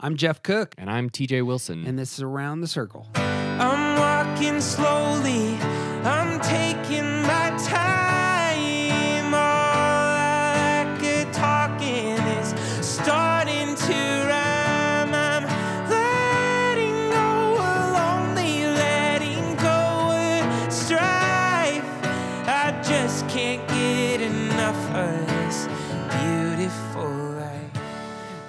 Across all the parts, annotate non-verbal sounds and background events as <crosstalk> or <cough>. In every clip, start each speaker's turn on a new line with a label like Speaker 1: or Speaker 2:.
Speaker 1: I'm Jeff Cook,
Speaker 2: And I'm TJ Wilson.
Speaker 1: and this is Around the Circle.
Speaker 3: I'm walking slowly. I'm taking my time. All that good talking is starting to rhyme. I'm letting go of lonely, letting go of strife. I just can't get enough of this beautiful life.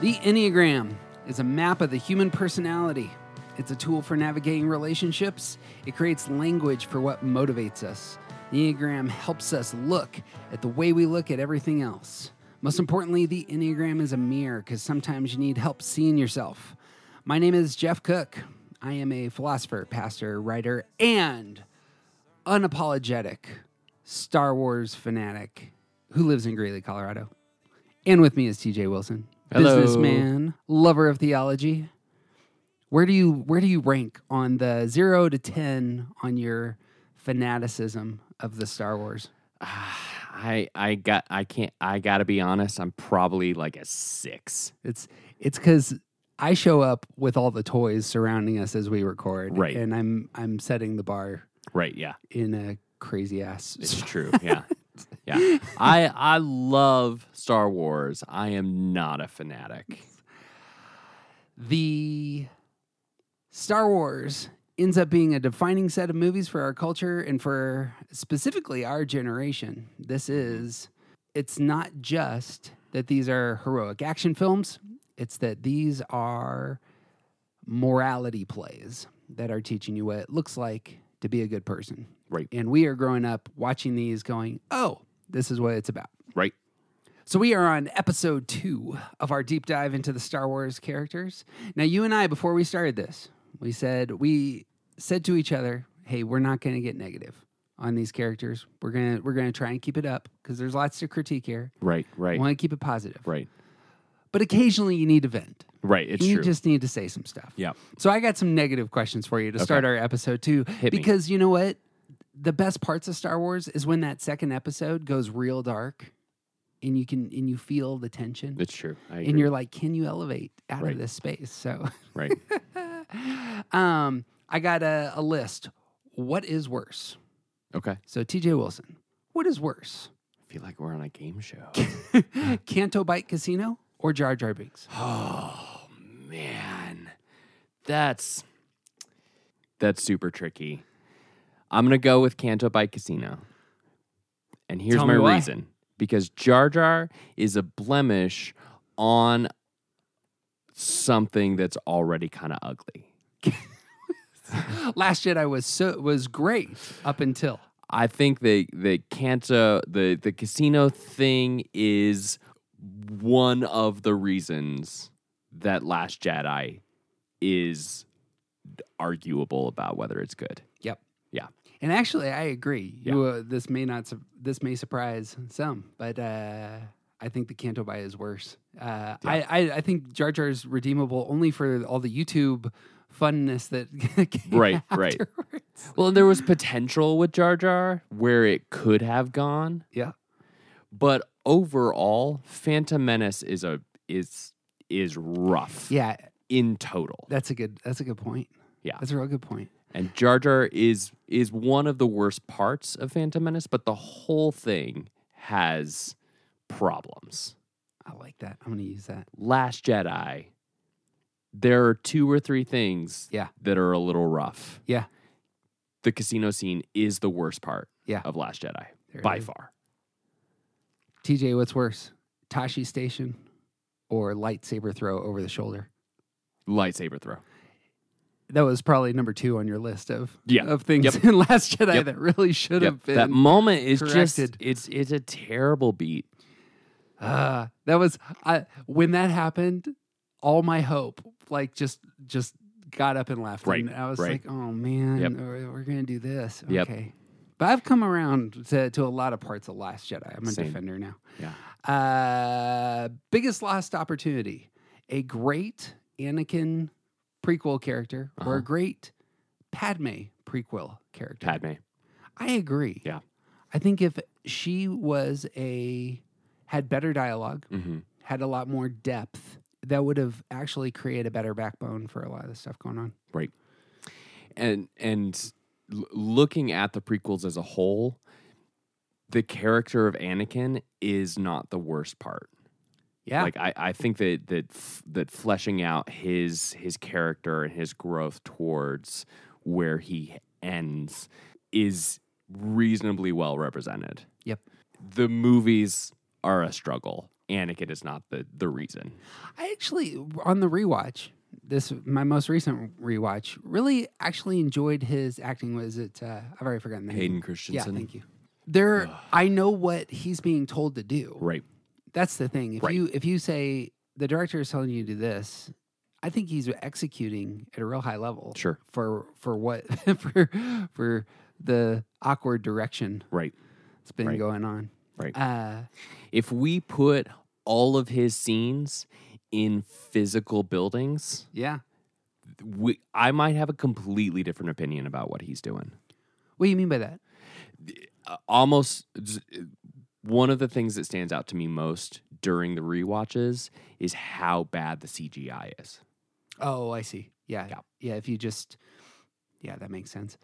Speaker 1: The Enneagram is a map of the human personality. It's a tool for navigating relationships. It creates language for what motivates us. The Enneagram helps us look at the way we look at everything else. Most importantly, the Enneagram is a mirror because sometimes you need help seeing yourself. My name is Jeff Cook. I am a philosopher, pastor, writer, and unapologetic Star Wars fanatic who lives in Greeley, Colorado. And with me is TJ Wilson,
Speaker 2: Hello.
Speaker 1: businessman, lover of theology. Where do you where do you rank on the 0 to 10 on your fanaticism of the Star Wars?
Speaker 2: <sighs> I I got I can't I gotta be honest. I'm probably like a six.
Speaker 1: It's it's cuz I show up with all the toys surrounding us as we record
Speaker 2: Right.
Speaker 1: and I'm I'm setting the bar
Speaker 2: Right? Yeah,
Speaker 1: in a crazy ass <laughs>
Speaker 2: it's <laughs> true. Yeah, yeah. I I love Star Wars. I am not a fanatic.
Speaker 1: the Star Wars ends up being a defining set of movies for our culture and for specifically our generation. This is, it's not just that these are heroic action films, it's that these are morality plays that are teaching you what it looks like to be a good person.
Speaker 2: Right.
Speaker 1: And we are growing up watching these going, oh, this is what it's about.
Speaker 2: Right?
Speaker 1: So we are on episode two of our deep dive into the Star Wars characters. Now, you and I, before we started this, we said we said to each other, "Hey, we're not going to get negative on these characters. We're gonna we're gonna try and keep it up because there's lots to critique here.
Speaker 2: Right?
Speaker 1: We
Speaker 2: Right?
Speaker 1: want to keep it positive,
Speaker 2: Right?
Speaker 1: but occasionally you need to vent.
Speaker 2: Right? It's
Speaker 1: you
Speaker 2: true.
Speaker 1: just need to say some stuff.
Speaker 2: yeah.
Speaker 1: So I got some negative questions for you to start our episode too,
Speaker 2: Hit me.
Speaker 1: because you know what? The best parts of Star Wars is when that second episode goes real dark, and you can and you feel the tension,
Speaker 2: It's true. I agree.
Speaker 1: and you're like, can you elevate out
Speaker 2: Right.
Speaker 1: of this space? So, <laughs>
Speaker 2: <laughs> right.
Speaker 1: um, I got a, a list. What is worse?
Speaker 2: Okay. I
Speaker 1: So T.J. Wilson, what is worse, <gasps>
Speaker 2: feel like we're on a game show.
Speaker 1: Canto Bite Casino or Jar Jar Binks?
Speaker 2: oh man, that's that's super tricky. I'm gonna go with Canto by Casino, and here's
Speaker 1: Tell
Speaker 2: my
Speaker 1: me why.
Speaker 2: reason: because Jar Jar is a blemish on something that's already kind of ugly.
Speaker 1: Last Jedi was so was great up until
Speaker 2: I think the the Canto the the casino thing is one of the reasons that Last Jedi is arguable about whether it's good.
Speaker 1: Yep.
Speaker 2: Yeah.
Speaker 1: And actually, I agree.
Speaker 2: Yeah.
Speaker 1: You, uh, this may not su- this may surprise some, but uh, I think the Canto Bay is worse. Uh, I, I I think Jar Jar is redeemable only for all the YouTube funness that <laughs> came
Speaker 2: Right, right.
Speaker 1: afterwards.
Speaker 2: Well, there was potential with Jar Jar where it could have gone,
Speaker 1: Yeah,
Speaker 2: but overall, Phantom Menace is a is is rough
Speaker 1: yeah.
Speaker 2: in total.
Speaker 1: That's a good that's a good point.
Speaker 2: Yeah.
Speaker 1: that's a real good point.
Speaker 2: And Jar Jar is is one of the worst parts of Phantom Menace, but the whole thing has problems.
Speaker 1: I like that. I'm gonna use that.
Speaker 2: Last Jedi, there are two or three things
Speaker 1: Yeah.
Speaker 2: that are a little rough.
Speaker 1: Yeah.
Speaker 2: The casino scene is the worst part
Speaker 1: Yeah.
Speaker 2: of Last Jedi
Speaker 1: There it
Speaker 2: by
Speaker 1: is.
Speaker 2: far.
Speaker 1: TJ, what's worse, Tashi Station or lightsaber throw over the shoulder?
Speaker 2: Lightsaber throw.
Speaker 1: That was probably number two on your list of
Speaker 2: Yeah.
Speaker 1: of things <laughs>
Speaker 2: Yep.
Speaker 1: in Last Jedi
Speaker 2: Yep.
Speaker 1: that really should have
Speaker 2: Yep,
Speaker 1: been
Speaker 2: That moment is just
Speaker 1: corrected.
Speaker 2: it's it's a terrible beat.
Speaker 1: Ah, that was I, when that happened. All my hope, like just just got up and left.
Speaker 2: Right,
Speaker 1: And I was
Speaker 2: right.
Speaker 1: like, oh man,
Speaker 2: Yep.
Speaker 1: we're, we're gonna do this.
Speaker 2: Yep.
Speaker 1: Okay. But I've come around to, to a lot of parts of Last Jedi. I'm a
Speaker 2: Same.
Speaker 1: defender now.
Speaker 2: Yeah.
Speaker 1: Uh, biggest lost opportunity: a great Anakin prequel character or
Speaker 2: Uh-huh.
Speaker 1: a great Padme prequel character.
Speaker 2: Padme.
Speaker 1: I agree.
Speaker 2: Yeah.
Speaker 1: I think if she was a had better dialogue,
Speaker 2: hmm
Speaker 1: Mm-hmm. had a lot more depth that would have actually created a better backbone for a lot of the stuff going on.
Speaker 2: Right. And and l- looking at the prequels as a whole, the character of Anakin is not the worst part.
Speaker 1: Yeah.
Speaker 2: Like I, I think that that f- that fleshing out his his character and his growth towards where he ends is reasonably well represented.
Speaker 1: yep.
Speaker 2: The movies are a struggle. Anakin is not the the reason.
Speaker 1: I actually on the rewatch, this my most recent rewatch, really actually enjoyed his acting. Was it? Uh, I've already forgotten the name.
Speaker 2: Hayden
Speaker 1: Yeah,
Speaker 2: Christensen.
Speaker 1: thank you. There, I know what he's being told to do.
Speaker 2: Right.
Speaker 1: That's the thing. If
Speaker 2: Right.
Speaker 1: you if you say the director is telling you to do this, I think he's executing at a real high level.
Speaker 2: Sure.
Speaker 1: For for what <laughs> for for the awkward direction
Speaker 2: Right.
Speaker 1: that's been
Speaker 2: Right.
Speaker 1: going on.
Speaker 2: Right.
Speaker 1: Uh,
Speaker 2: if we put all of his scenes in physical buildings,
Speaker 1: yeah.
Speaker 2: we, I might have a completely different opinion about what he's doing.
Speaker 1: What do you mean by that?
Speaker 2: Uh, Almost z- one of the things that stands out to me most during the rewatches is how bad the CGI is.
Speaker 1: Oh, I see. Yeah.
Speaker 2: Yeah.
Speaker 1: Yeah. If you just, yeah, that makes sense.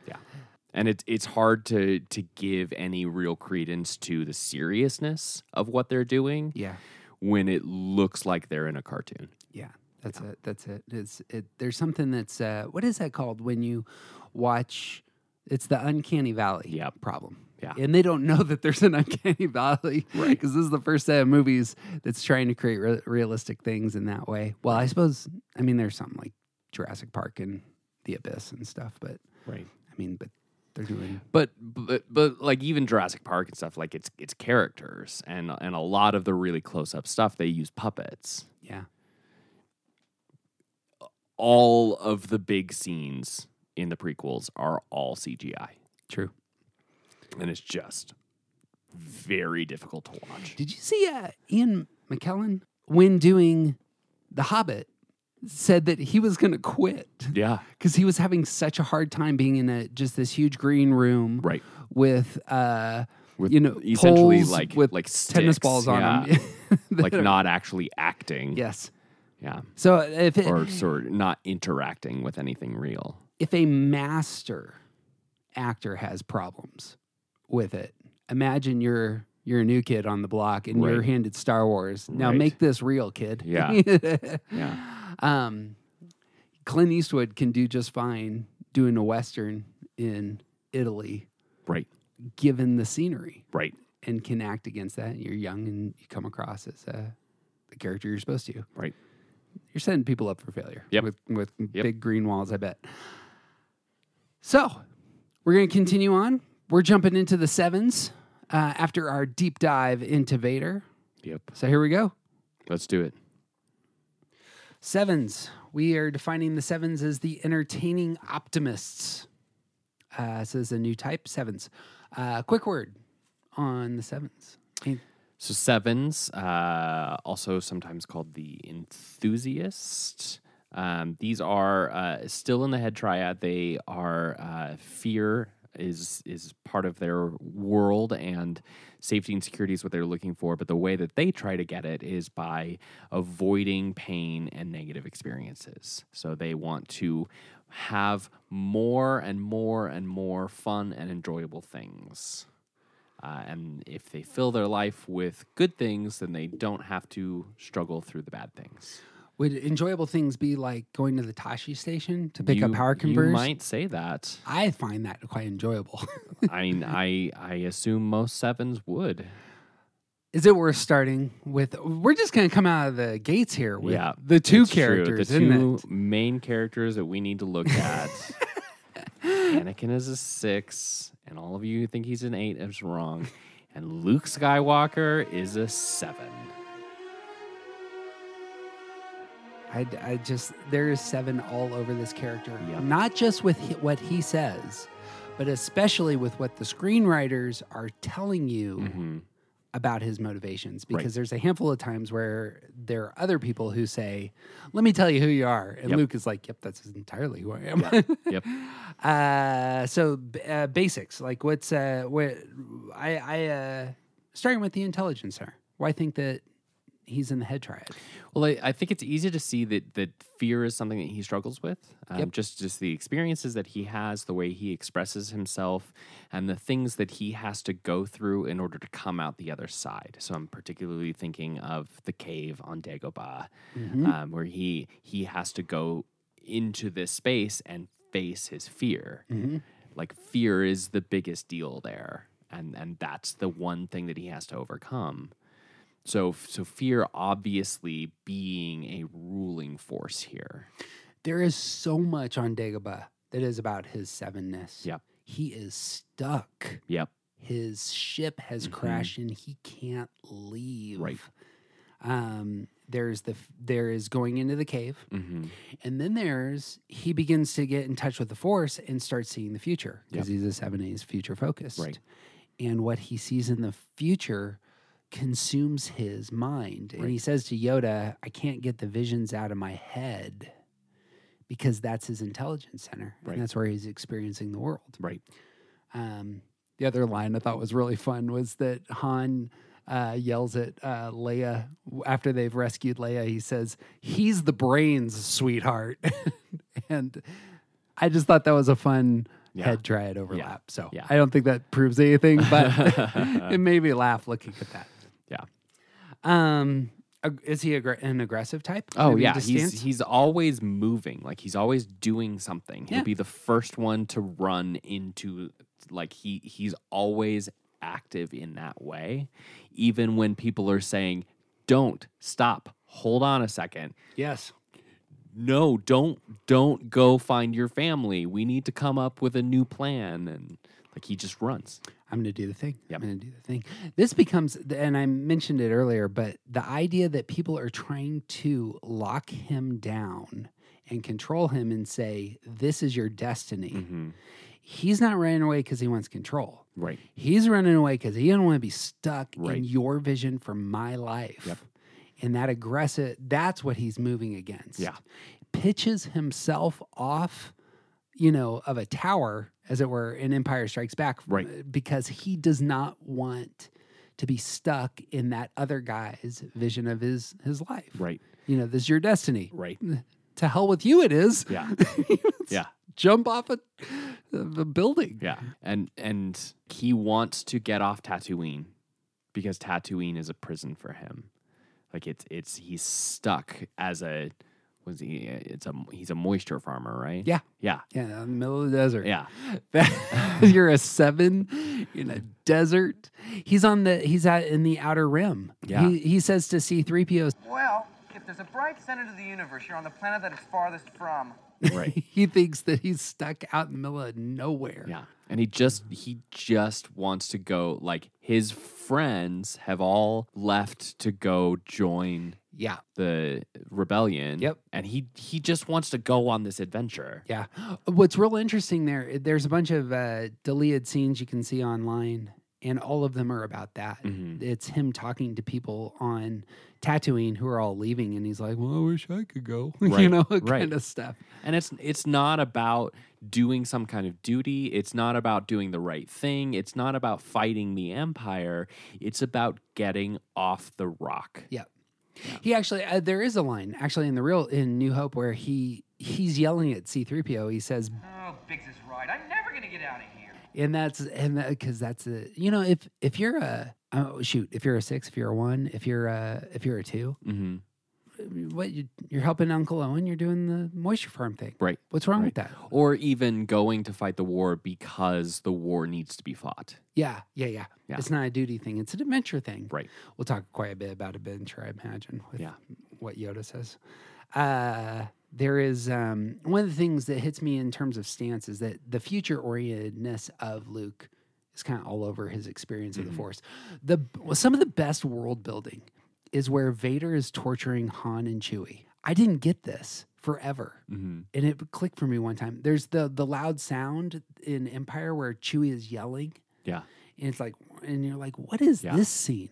Speaker 2: And it's it's hard to to give any real credence to the seriousness of what they're doing
Speaker 1: Yeah.
Speaker 2: when it looks like they're in a cartoon.
Speaker 1: Yeah, that's it. That's it. It's it. There's something that's uh, what is that called when you watch? It's the uncanny valley
Speaker 2: Yep.
Speaker 1: problem.
Speaker 2: Yeah.
Speaker 1: and they don't know that there's an <laughs> uncanny valley because
Speaker 2: Right.
Speaker 1: this is the first set of movies that's trying to create re- realistic things in that way. Well, I suppose I mean there's something like Jurassic Park and The Abyss and stuff, but
Speaker 2: Right.
Speaker 1: I mean, but they're doing
Speaker 2: but but but like even Jurassic Park and stuff like it's it's characters and and a lot of the really close up stuff they use puppets.
Speaker 1: yeah,
Speaker 2: All of the big scenes in the prequels are all CGI,
Speaker 1: true.
Speaker 2: and it's just very difficult to watch.
Speaker 1: Did you see uh, Ian McKellen when doing The Hobbit said that he was going to quit
Speaker 2: Yeah,
Speaker 1: because he was having such a hard time being in a just this huge green room
Speaker 2: right.
Speaker 1: with uh
Speaker 2: With
Speaker 1: you know
Speaker 2: essentially
Speaker 1: poles
Speaker 2: like
Speaker 1: with
Speaker 2: like
Speaker 1: tennis
Speaker 2: sticks,
Speaker 1: balls on
Speaker 2: yeah.
Speaker 1: them <laughs>
Speaker 2: like not actually acting.
Speaker 1: yes
Speaker 2: yeah,
Speaker 1: so if it,
Speaker 2: or sort of not interacting with anything real.
Speaker 1: if a master actor has problems with it imagine you're you're a new kid on the block and you're
Speaker 2: Right.
Speaker 1: handed Star Wars now
Speaker 2: Right.
Speaker 1: make this real kid
Speaker 2: Yeah.
Speaker 1: yeah um <laughs> Clint Eastwood can do just fine doing a western in Italy
Speaker 2: Right,
Speaker 1: given the scenery
Speaker 2: right,
Speaker 1: and can act against that. You're young and you come across as uh, the character you're supposed to.
Speaker 2: right.
Speaker 1: You're setting people up for failure
Speaker 2: Yep.
Speaker 1: with, with big green walls, I bet. So we're going to continue on. We're jumping into the sevens uh, after our deep dive into Vader.
Speaker 2: Yep.
Speaker 1: So here we go.
Speaker 2: Let's do it.
Speaker 1: Sevens. We are defining the sevens as the entertaining optimists. Uh, so this is a new type, sevens. Uh, quick word on the sevens. Any-
Speaker 2: So sevens, uh, also sometimes called the enthusiast. Um, these are uh, still in the head triad. They are uh, fear is is part of their world, and safety and security is what they're looking for. But the way that they try to get it is by avoiding pain and negative experiences. So they want to have more and more and more fun and enjoyable things. Uh, and if they fill their life with good things, then they don't have to struggle through the bad things.
Speaker 1: Would enjoyable things be like going to the Tashi station to pick up
Speaker 2: You-
Speaker 1: power
Speaker 2: You
Speaker 1: converters?
Speaker 2: might say that.
Speaker 1: I find that quite enjoyable. <laughs>
Speaker 2: I mean, I I assume most sevens would.
Speaker 1: Is it worth starting with? We're just going to come out of the gates here with
Speaker 2: Yeah,
Speaker 1: the two
Speaker 2: It's true.
Speaker 1: characters,
Speaker 2: the
Speaker 1: isn't
Speaker 2: two
Speaker 1: it?
Speaker 2: main characters that we need to
Speaker 1: <laughs>
Speaker 2: look at. Anakin is a six, and all of you who think he's an eight is wrong. And Luke Skywalker is
Speaker 1: <laughs>
Speaker 2: a seven.
Speaker 1: I, I just there is seven all over this character,
Speaker 2: Yep.
Speaker 1: not just with he, what he says, but especially with what the screenwriters are telling you
Speaker 2: Mhm.
Speaker 1: about his motivations.
Speaker 2: Right.
Speaker 1: Because there's a handful of times where there are other people who say, "Let me tell you who you are," and
Speaker 2: Yep.
Speaker 1: Luke is like, "Yep, that's entirely who I am."
Speaker 2: Yep.
Speaker 1: Uh, so b- uh, basics like what's uh, what I I uh, starting with the intelligence here. Why think that he's in the head triad.
Speaker 2: Well, I, I think it's easy to see that that fear is something that he struggles with. Um, Just just the experiences that he has, the way he expresses himself, and the things that he has to go through in order to come out the other side. So I'm particularly thinking of the cave on Dagobah, um, where he he has to go into this space and face his fear. Like fear is the biggest deal there, and and that's the one thing that he has to overcome. So, so fear obviously being a ruling force here.
Speaker 1: There is so much on Dagobah that is about his sevenness.
Speaker 2: Yep.
Speaker 1: He is stuck.
Speaker 2: Yep. Mm-hmm.
Speaker 1: His ship has crashed and he can't leave.
Speaker 2: Right.
Speaker 1: Um, there's the f- there is going into the cave,
Speaker 2: Mm-hmm.
Speaker 1: and then there's he begins to get in touch with the force and starts seeing the future because he's a seven A's future focused.
Speaker 2: Right.
Speaker 1: And what he sees in the future consumes his mind. And he says to Yoda, I can't get the visions out of my head because that's his intelligence center.
Speaker 2: Right.
Speaker 1: And that's where he's experiencing the world.
Speaker 2: Right.
Speaker 1: Um, the other line I thought was really fun was that Han uh, yells at uh, Leia after they've rescued Leia. He says, "He's the brains, sweetheart," <laughs> and I just thought that was a fun
Speaker 2: Yeah.
Speaker 1: head triad overlap. So
Speaker 2: Yeah.
Speaker 1: I don't think that proves anything,
Speaker 2: <laughs>
Speaker 1: but <laughs> it made me laugh looking at that.
Speaker 2: Yeah.
Speaker 1: Um, ag- is he aggr- an aggressive type?
Speaker 2: Oh
Speaker 1: Maybe
Speaker 2: yeah.
Speaker 1: just
Speaker 2: He's
Speaker 1: stance?
Speaker 2: he's always moving. Like he's always doing something. He'll
Speaker 1: Yeah.
Speaker 2: be the first one to run into. Like he he's always active in that way, even when people are saying, "Don't stop. Hold on a second.
Speaker 1: yes.
Speaker 2: No, don't don't go find your family. We need to come up with a new plan." And like he just runs.
Speaker 1: I'm going to do the thing.
Speaker 2: Yep.
Speaker 1: I'm going to do the thing. This becomes, and I mentioned it earlier, but the idea that people are trying to lock him down and control him and say, this is your destiny.
Speaker 2: Mm-hmm.
Speaker 1: He's not running away because he wants control.
Speaker 2: Right.
Speaker 1: He's running away because he doesn't want to be stuck
Speaker 2: Right.
Speaker 1: in your vision for my life.
Speaker 2: Yep.
Speaker 1: And that aggressive, that's what he's moving against.
Speaker 2: Yeah.
Speaker 1: Pitches himself off, you know, of a tower, as it were, in Empire Strikes Back. uh,
Speaker 2: Right.
Speaker 1: Because he does not want to be stuck in that other guy's vision of his his life.
Speaker 2: Right.
Speaker 1: You know, this is your destiny.
Speaker 2: Right.
Speaker 1: To hell with you it is. <laughs>
Speaker 2: Yeah. yeah.
Speaker 1: Jump off a, of a building.
Speaker 2: Yeah. And and he wants to get off Tatooine because Tatooine is a prison for him. Like it's it's he's stuck as a was he it's a he's a moisture farmer, right?
Speaker 1: Yeah.
Speaker 2: Yeah.
Speaker 1: Yeah, in the middle of the desert. <laughs>
Speaker 2: Yeah.
Speaker 1: That- <laughs> you're a seven in a desert. He's on the he's out in the outer rim.
Speaker 2: Yeah.
Speaker 1: He, he says to C3PO,
Speaker 4: Well, if there's a bright center to the universe, you're on the planet that it's farthest from.
Speaker 2: Right.
Speaker 1: <laughs> he thinks that he's stuck out in the middle of nowhere.
Speaker 2: Yeah. And he just he just wants to go like his friends have all left to go join
Speaker 1: Yeah.
Speaker 2: the rebellion.
Speaker 1: Yep.
Speaker 2: And he he just wants to go on this adventure.
Speaker 1: Yeah. What's real interesting there, there's a bunch of uh, deleted scenes you can see online, and all of them are about that.
Speaker 2: Mhm.
Speaker 1: It's him talking to people on Tatooine who are all leaving, and he's like, Well, I wish I could go, <laughs> you
Speaker 2: Right,
Speaker 1: know,
Speaker 2: right.
Speaker 1: kind of stuff.
Speaker 2: And it's it's not about doing some kind of duty. It's not about doing the right thing. It's not about fighting the empire. It's about getting off the rock.
Speaker 1: Yeah. He actually, uh, there is a line actually in the real in New Hope where he he's yelling at C-3PO. He says,
Speaker 4: Oh, Biggs is right. I'm never gonna get out of here.
Speaker 1: and that's and because that's a you know if if you're a oh shoot if you're a six if you're a one if you're a if you're a two
Speaker 2: hmm
Speaker 1: what you, you're helping Uncle Owen you're doing the moisture farm thing
Speaker 2: Right.
Speaker 1: what's wrong with that
Speaker 2: Or even going to fight the war because the war needs to be fought.
Speaker 1: yeah, yeah yeah
Speaker 2: Yeah.
Speaker 1: it's not a duty thing it's an adventure thing
Speaker 2: Right.
Speaker 1: we'll talk quite a bit about adventure I imagine with
Speaker 2: Yeah.
Speaker 1: what Yoda says. Uh, there is um, one of the things that hits me in terms of stance is that the future orientedness of Luke is kind of all over his experience of the Force. The well, some of the best world building is where Vader is torturing Han and Chewie. I didn't get this forever,
Speaker 2: Mhm.
Speaker 1: and it clicked for me one time. There's the the loud sound in Empire where Chewie is yelling,
Speaker 2: Yeah.
Speaker 1: and it's like, and you're like, what is
Speaker 2: Yeah.
Speaker 1: this scene?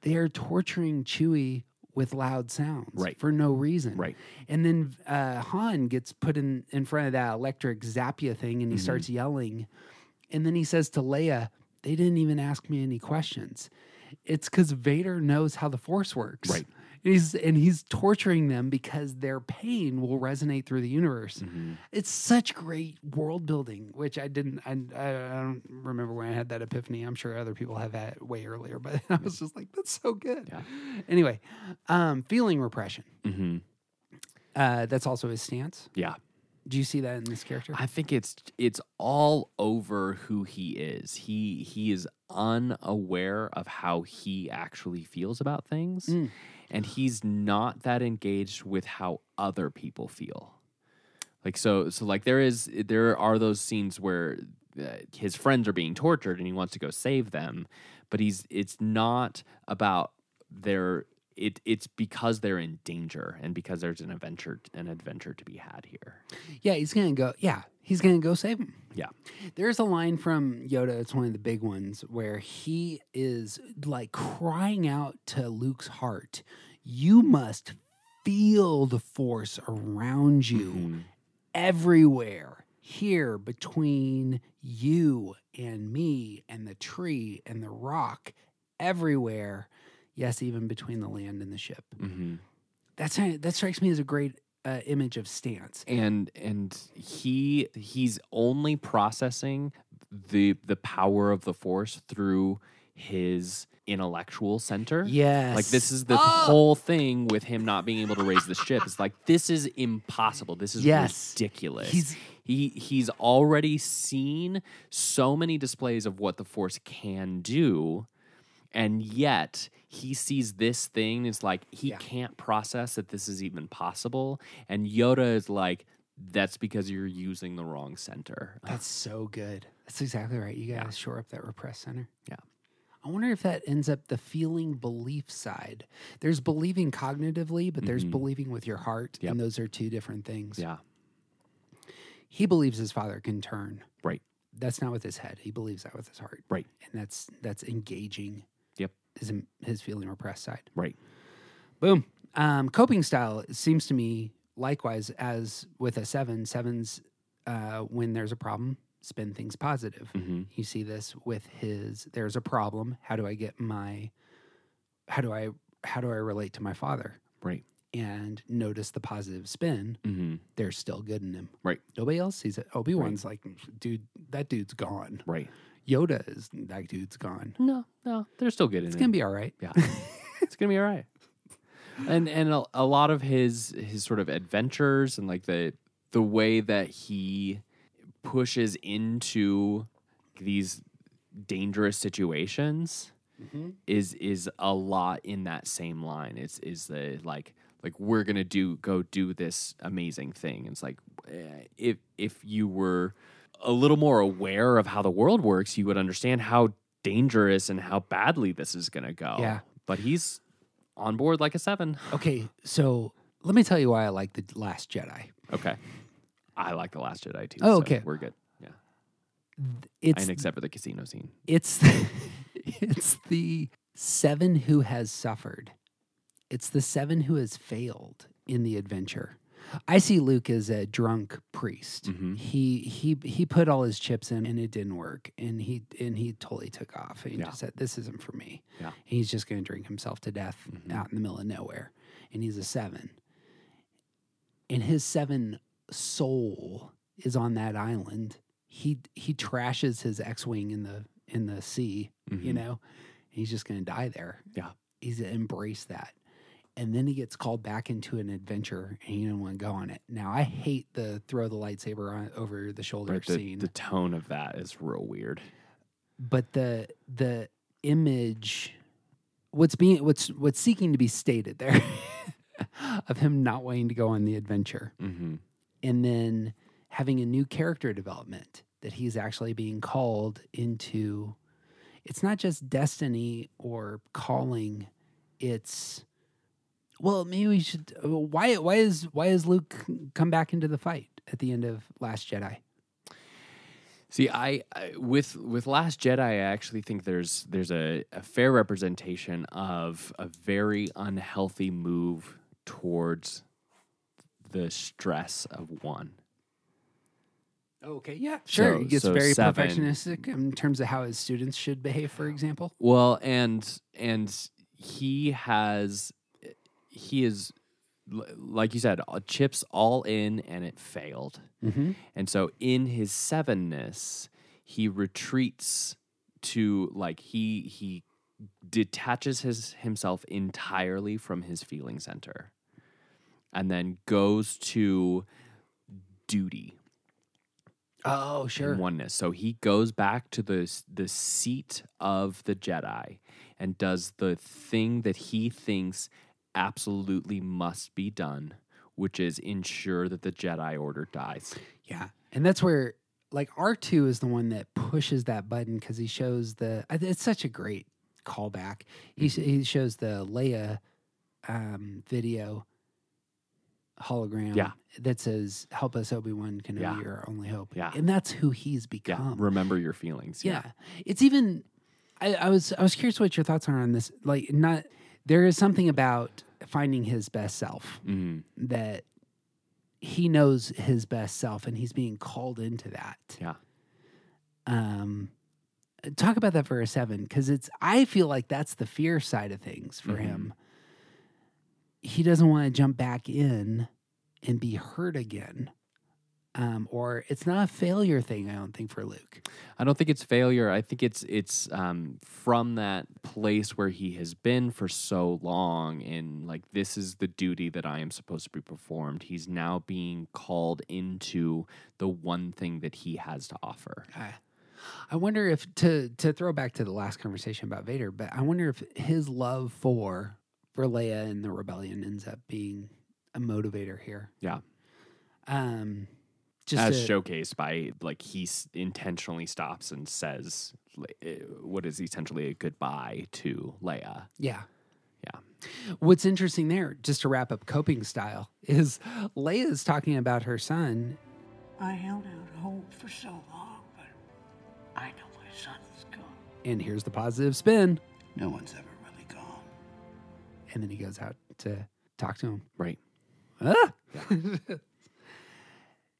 Speaker 1: They are torturing Chewie with loud sounds,
Speaker 2: Right.
Speaker 1: for no reason,
Speaker 2: Right.
Speaker 1: And then uh, Han gets put in in front of that electric Zapia thing,
Speaker 2: Mm-hmm.
Speaker 1: and he starts yelling, and then he says to Leia, "They didn't even ask me any questions." It's because Vader knows how the Force works,
Speaker 2: Right.
Speaker 1: And he's and he's torturing them because their pain will resonate through the universe.
Speaker 2: Mm-hmm.
Speaker 1: It's such great world building, which I didn't. I, I don't remember when I had that epiphany. I'm sure other people have had it way earlier, but <laughs> I was just like, that's so good. Anyway, um, feeling repression.
Speaker 2: hmm
Speaker 1: Uh, that's also his stance.
Speaker 2: Yeah.
Speaker 1: Do you see that in this character?
Speaker 2: I think it's it's all over who he is. He he is unaware of how he actually feels about things
Speaker 1: Mm.
Speaker 2: and he's not that engaged with how other people feel. Like so so like there is there are those scenes where uh, his friends are being tortured and he wants to go save them, but he's it's not about their it it's because they're in danger and because there's an adventure an adventure to be had here.
Speaker 1: Yeah, he's gonna go. Yeah, he's gonna go save him.
Speaker 2: Yeah.
Speaker 1: There's a line from Yoda, it's one of the big ones, where he is like crying out to Luke's heart, You must feel the force around you
Speaker 2: Mm-hmm.
Speaker 1: everywhere, here between you and me, and the tree and the rock, everywhere. Yes, even between the land and the ship.
Speaker 2: Mhm.
Speaker 1: That's that strikes me as a great uh, image of stance.
Speaker 2: and and he he's only processing the the power of the force through his intellectual center
Speaker 1: Yes,
Speaker 2: like this is the whole thing with him not being able to raise the ship it's like this is impossible this is
Speaker 1: Yes.
Speaker 2: ridiculous
Speaker 1: He's-
Speaker 2: he he's already seen so many displays of what the force can do and yet he sees this thing it's like he
Speaker 1: Yeah.
Speaker 2: can't process that this is even possible and yoda is like that's because you're using the wrong center
Speaker 1: That's so good. That's exactly right. You gotta shore up that repressed center.
Speaker 2: Yeah.
Speaker 1: I wonder if that ends up the feeling belief side. There's believing cognitively, but there's
Speaker 2: Mhm.
Speaker 1: believing with your heart,
Speaker 2: Yep.
Speaker 1: and those are two different things.
Speaker 2: <laughs> yeah
Speaker 1: He believes his father can turn.
Speaker 2: Right.
Speaker 1: That's not with his head. He believes that with his heart.
Speaker 2: Right.
Speaker 1: And that's that's engaging.
Speaker 2: Yep.
Speaker 1: His his feeling repressed side.
Speaker 2: right
Speaker 1: Boom. Um, coping style seems to me likewise as with a seven. Sevens uh, when there's a problem, spin things positive.
Speaker 2: Mhm.
Speaker 1: You see this with his. There's a problem. How do I get my? How do I? How do I relate to my father?
Speaker 2: right
Speaker 1: And notice the positive spin.
Speaker 2: hmm
Speaker 1: There's still good in him.
Speaker 2: Right.
Speaker 1: Nobody else sees it. Obi Wan's like, dude, that dude's gone.
Speaker 2: right
Speaker 1: Yoda is that dude's gone.
Speaker 2: no no they're still good in
Speaker 1: It's
Speaker 2: it.
Speaker 1: gonna be all right.
Speaker 2: Yeah, it's gonna be all right. And and a, a lot of his his sort of adventures and like the the way that he pushes into these dangerous situations
Speaker 1: Mm-hmm.
Speaker 2: is is a lot in that same line. It's is the like like we're gonna do go do this amazing thing. It's like eh, if if you were a little more aware of how the world works, you would understand how dangerous and how badly this is gonna go.
Speaker 1: Yeah.
Speaker 2: but he's on board like a seven.
Speaker 1: Okay, so let me tell you why I like the Last Jedi.
Speaker 2: Okay, I like the Last Jedi too.
Speaker 1: Oh,
Speaker 2: so
Speaker 1: okay.
Speaker 2: we're good. Yeah,
Speaker 1: It's
Speaker 2: and except for the casino scene.
Speaker 1: it's <laughs> it's the seven who has suffered. It's the seven who has failed in the adventure. I see Luke as a drunk priest.
Speaker 2: Mhm.
Speaker 1: He he he put all his chips in and it didn't work. And he and he totally took off. And he
Speaker 2: Yeah.
Speaker 1: just said, This isn't for me.
Speaker 2: Yeah.
Speaker 1: And he's just gonna drink himself to death
Speaker 2: Mhm.
Speaker 1: out in the middle of nowhere. And he's a seven. And his seven soul is on that island. He he trashes his X Wing in the in the sea, you
Speaker 2: Mhm.
Speaker 1: know? He's just gonna die there.
Speaker 2: Yeah.
Speaker 1: He's gonna embrace that. And then he gets called back into an adventure and he didn't want to go on it. Now I hate the throw the lightsaber on, over the shoulder
Speaker 2: Right, the,
Speaker 1: scene.
Speaker 2: the tone of that is real weird.
Speaker 1: but the the image what's being what's what's seeking to be stated there <laughs> of him not wanting to go on the adventure
Speaker 2: Mm-hmm.
Speaker 1: and then having a new character development that he's actually being called into it's not just destiny or calling it's well maybe we should uh, why why is why is luke come back into the fight at the end of last jedi
Speaker 2: See, I, I with with Last Jedi, I actually think there's there's a, a fair representation of a very unhealthy move towards the stress of one.
Speaker 1: Okay, yeah, sure.
Speaker 2: So-
Speaker 1: he gets
Speaker 2: so
Speaker 1: very
Speaker 2: seven.
Speaker 1: perfectionistic in terms of how his students should behave, for example.
Speaker 2: Well, and and he has he is l- like you said uh, chips all in and it failed and so in his sevenness he retreats to like he he detaches his himself entirely from his feeling center and then goes to duty
Speaker 1: Oh, sure.
Speaker 2: and oneness. So he goes back to the s- the seat of the Jedi and does the thing that he thinks absolutely must be done, which is ensure that the Jedi Order dies.
Speaker 1: Yeah. And that's where like R2 is the one that pushes that button because he shows the I th- it's such a great callback. He s
Speaker 2: Mm-hmm.
Speaker 1: he shows the Leia um video hologram
Speaker 2: Yeah.
Speaker 1: that says help us Obi-Wan Kenobi
Speaker 2: Yeah.
Speaker 1: your only hope.
Speaker 2: Yeah.
Speaker 1: And that's who he's
Speaker 2: Yeah,
Speaker 1: become.
Speaker 2: remember your feelings.
Speaker 1: Yeah. It's even I, I was I was curious what your thoughts are on this. Like not there is something about finding his best self
Speaker 2: Mhm.
Speaker 1: that he knows his best self and he's being called into that.
Speaker 2: Yeah.
Speaker 1: Um talk about that for a seven, because it's I feel like that's the fear side of things for
Speaker 2: Mhm.
Speaker 1: him. He doesn't want to jump back in and be hurt again. Um, or it's not a failure thing, I don't think, for Luke.
Speaker 2: I don't think it's failure. I think it's it's um, from that place where he has been for so long, and like this is the duty that I am supposed to be performed. He's now being called into the one thing that he has to offer.
Speaker 1: I, I wonder if to to throw back to the last conversation about Vader, but I wonder if his love for for Leia and the rebellion ends up being a motivator here.
Speaker 2: Yeah.
Speaker 1: Um, just
Speaker 2: as
Speaker 1: to-
Speaker 2: showcased by like he s- intentionally stops and says like, eh, what is essentially a goodbye to Leia.
Speaker 1: yeah.
Speaker 2: Yeah.
Speaker 1: What's interesting there, just to wrap up coping style, is Leia's talking about her son.
Speaker 5: I held out hope for so long, but I know my son's gone.
Speaker 1: And here's the positive spin.
Speaker 5: No one's ever really gone.
Speaker 1: And then he goes out to talk to him.
Speaker 2: Right.
Speaker 1: Ah! <laughs>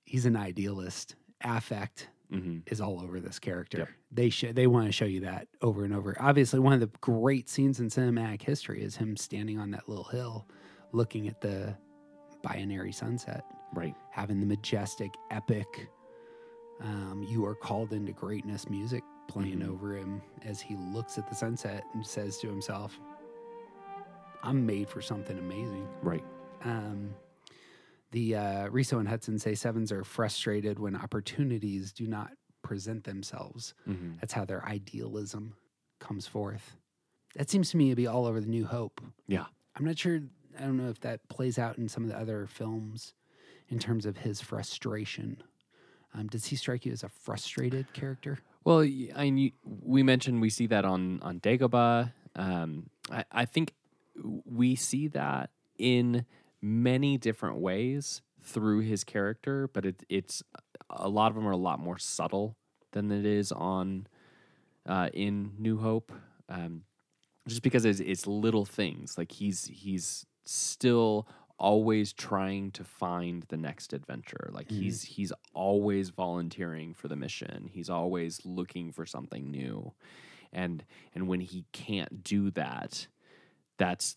Speaker 1: He's an idealist. Affect
Speaker 2: hmm
Speaker 1: is all over this character.
Speaker 2: Yep.
Speaker 1: They show they want to show you that over and over. Obviously, one of the great scenes in cinematic history is him standing on that little hill, looking at the binary sunset,
Speaker 2: Right.
Speaker 1: having the majestic, epic. Um, you are called into greatness music playing
Speaker 2: Mhm.
Speaker 1: over him as he looks at the sunset and says to himself, "I'm made for something amazing."
Speaker 2: Right.
Speaker 1: um, the uh, Riso and Hudson say sevens are frustrated when opportunities do not present themselves.
Speaker 2: hmm
Speaker 1: That's how their idealism comes forth. That seems to me to be all over the New Hope.
Speaker 2: Yeah.
Speaker 1: I'm not sure. I don't know if that plays out in some of the other films in terms of his frustration. Um, does he strike you as a frustrated character?
Speaker 2: Well, y- I mean, you- we mentioned we see that on on Dagobah. Um, I, I think we see that in many different ways through his character, but it, it's a lot of them are a lot more subtle than it is on uh, in New Hope. Um, just because it's, it's little things like he's he's still always trying to find the next adventure like he's he's always volunteering for the mission he's always looking for something new and and when he can't do that that's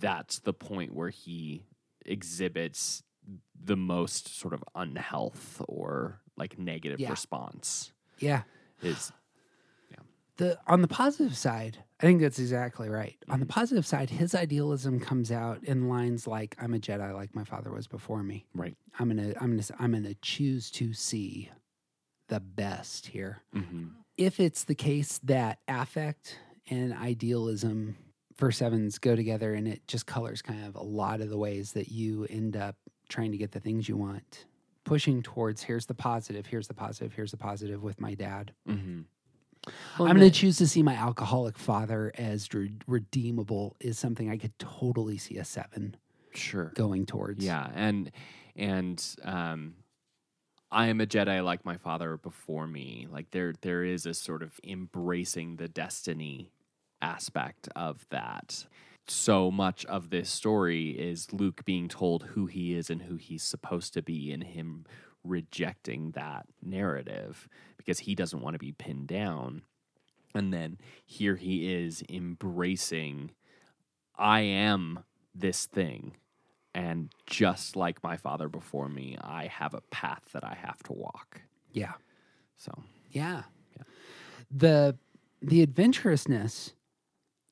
Speaker 2: that's the point where he exhibits the most sort of unhealth or like negative
Speaker 1: Yeah.
Speaker 2: response
Speaker 1: Yeah.
Speaker 2: is
Speaker 1: the on the positive side, I think that's exactly right. On the positive side, his idealism comes out in lines like "I'm a Jedi, like my father was before me.
Speaker 2: right
Speaker 1: I'm gonna, I'm gonna, I'm gonna choose to see the best here."
Speaker 2: hmm
Speaker 1: If it's the case that affect and idealism for sevens go together, and it just colors kind of a lot of the ways that you end up trying to get the things you want, pushing towards here's the positive, here's the positive, here's the positive with my dad.
Speaker 2: hmm
Speaker 1: I'm going to choose to see my alcoholic father as re- redeemable is something I could totally see a seven
Speaker 2: sure
Speaker 1: going towards.
Speaker 2: Yeah, and and um, I am a Jedi like my father before me. Like there, there is a sort of embracing the destiny aspect of that. So much of this story is Luke being told who he is and who he's supposed to be, and him rejecting that narrative because he doesn't want to be pinned down. And then here he is embracing I am this thing. And just like my father before me, I have a path that I have to walk.
Speaker 1: Yeah.
Speaker 2: So,
Speaker 1: Yeah. The the adventurousness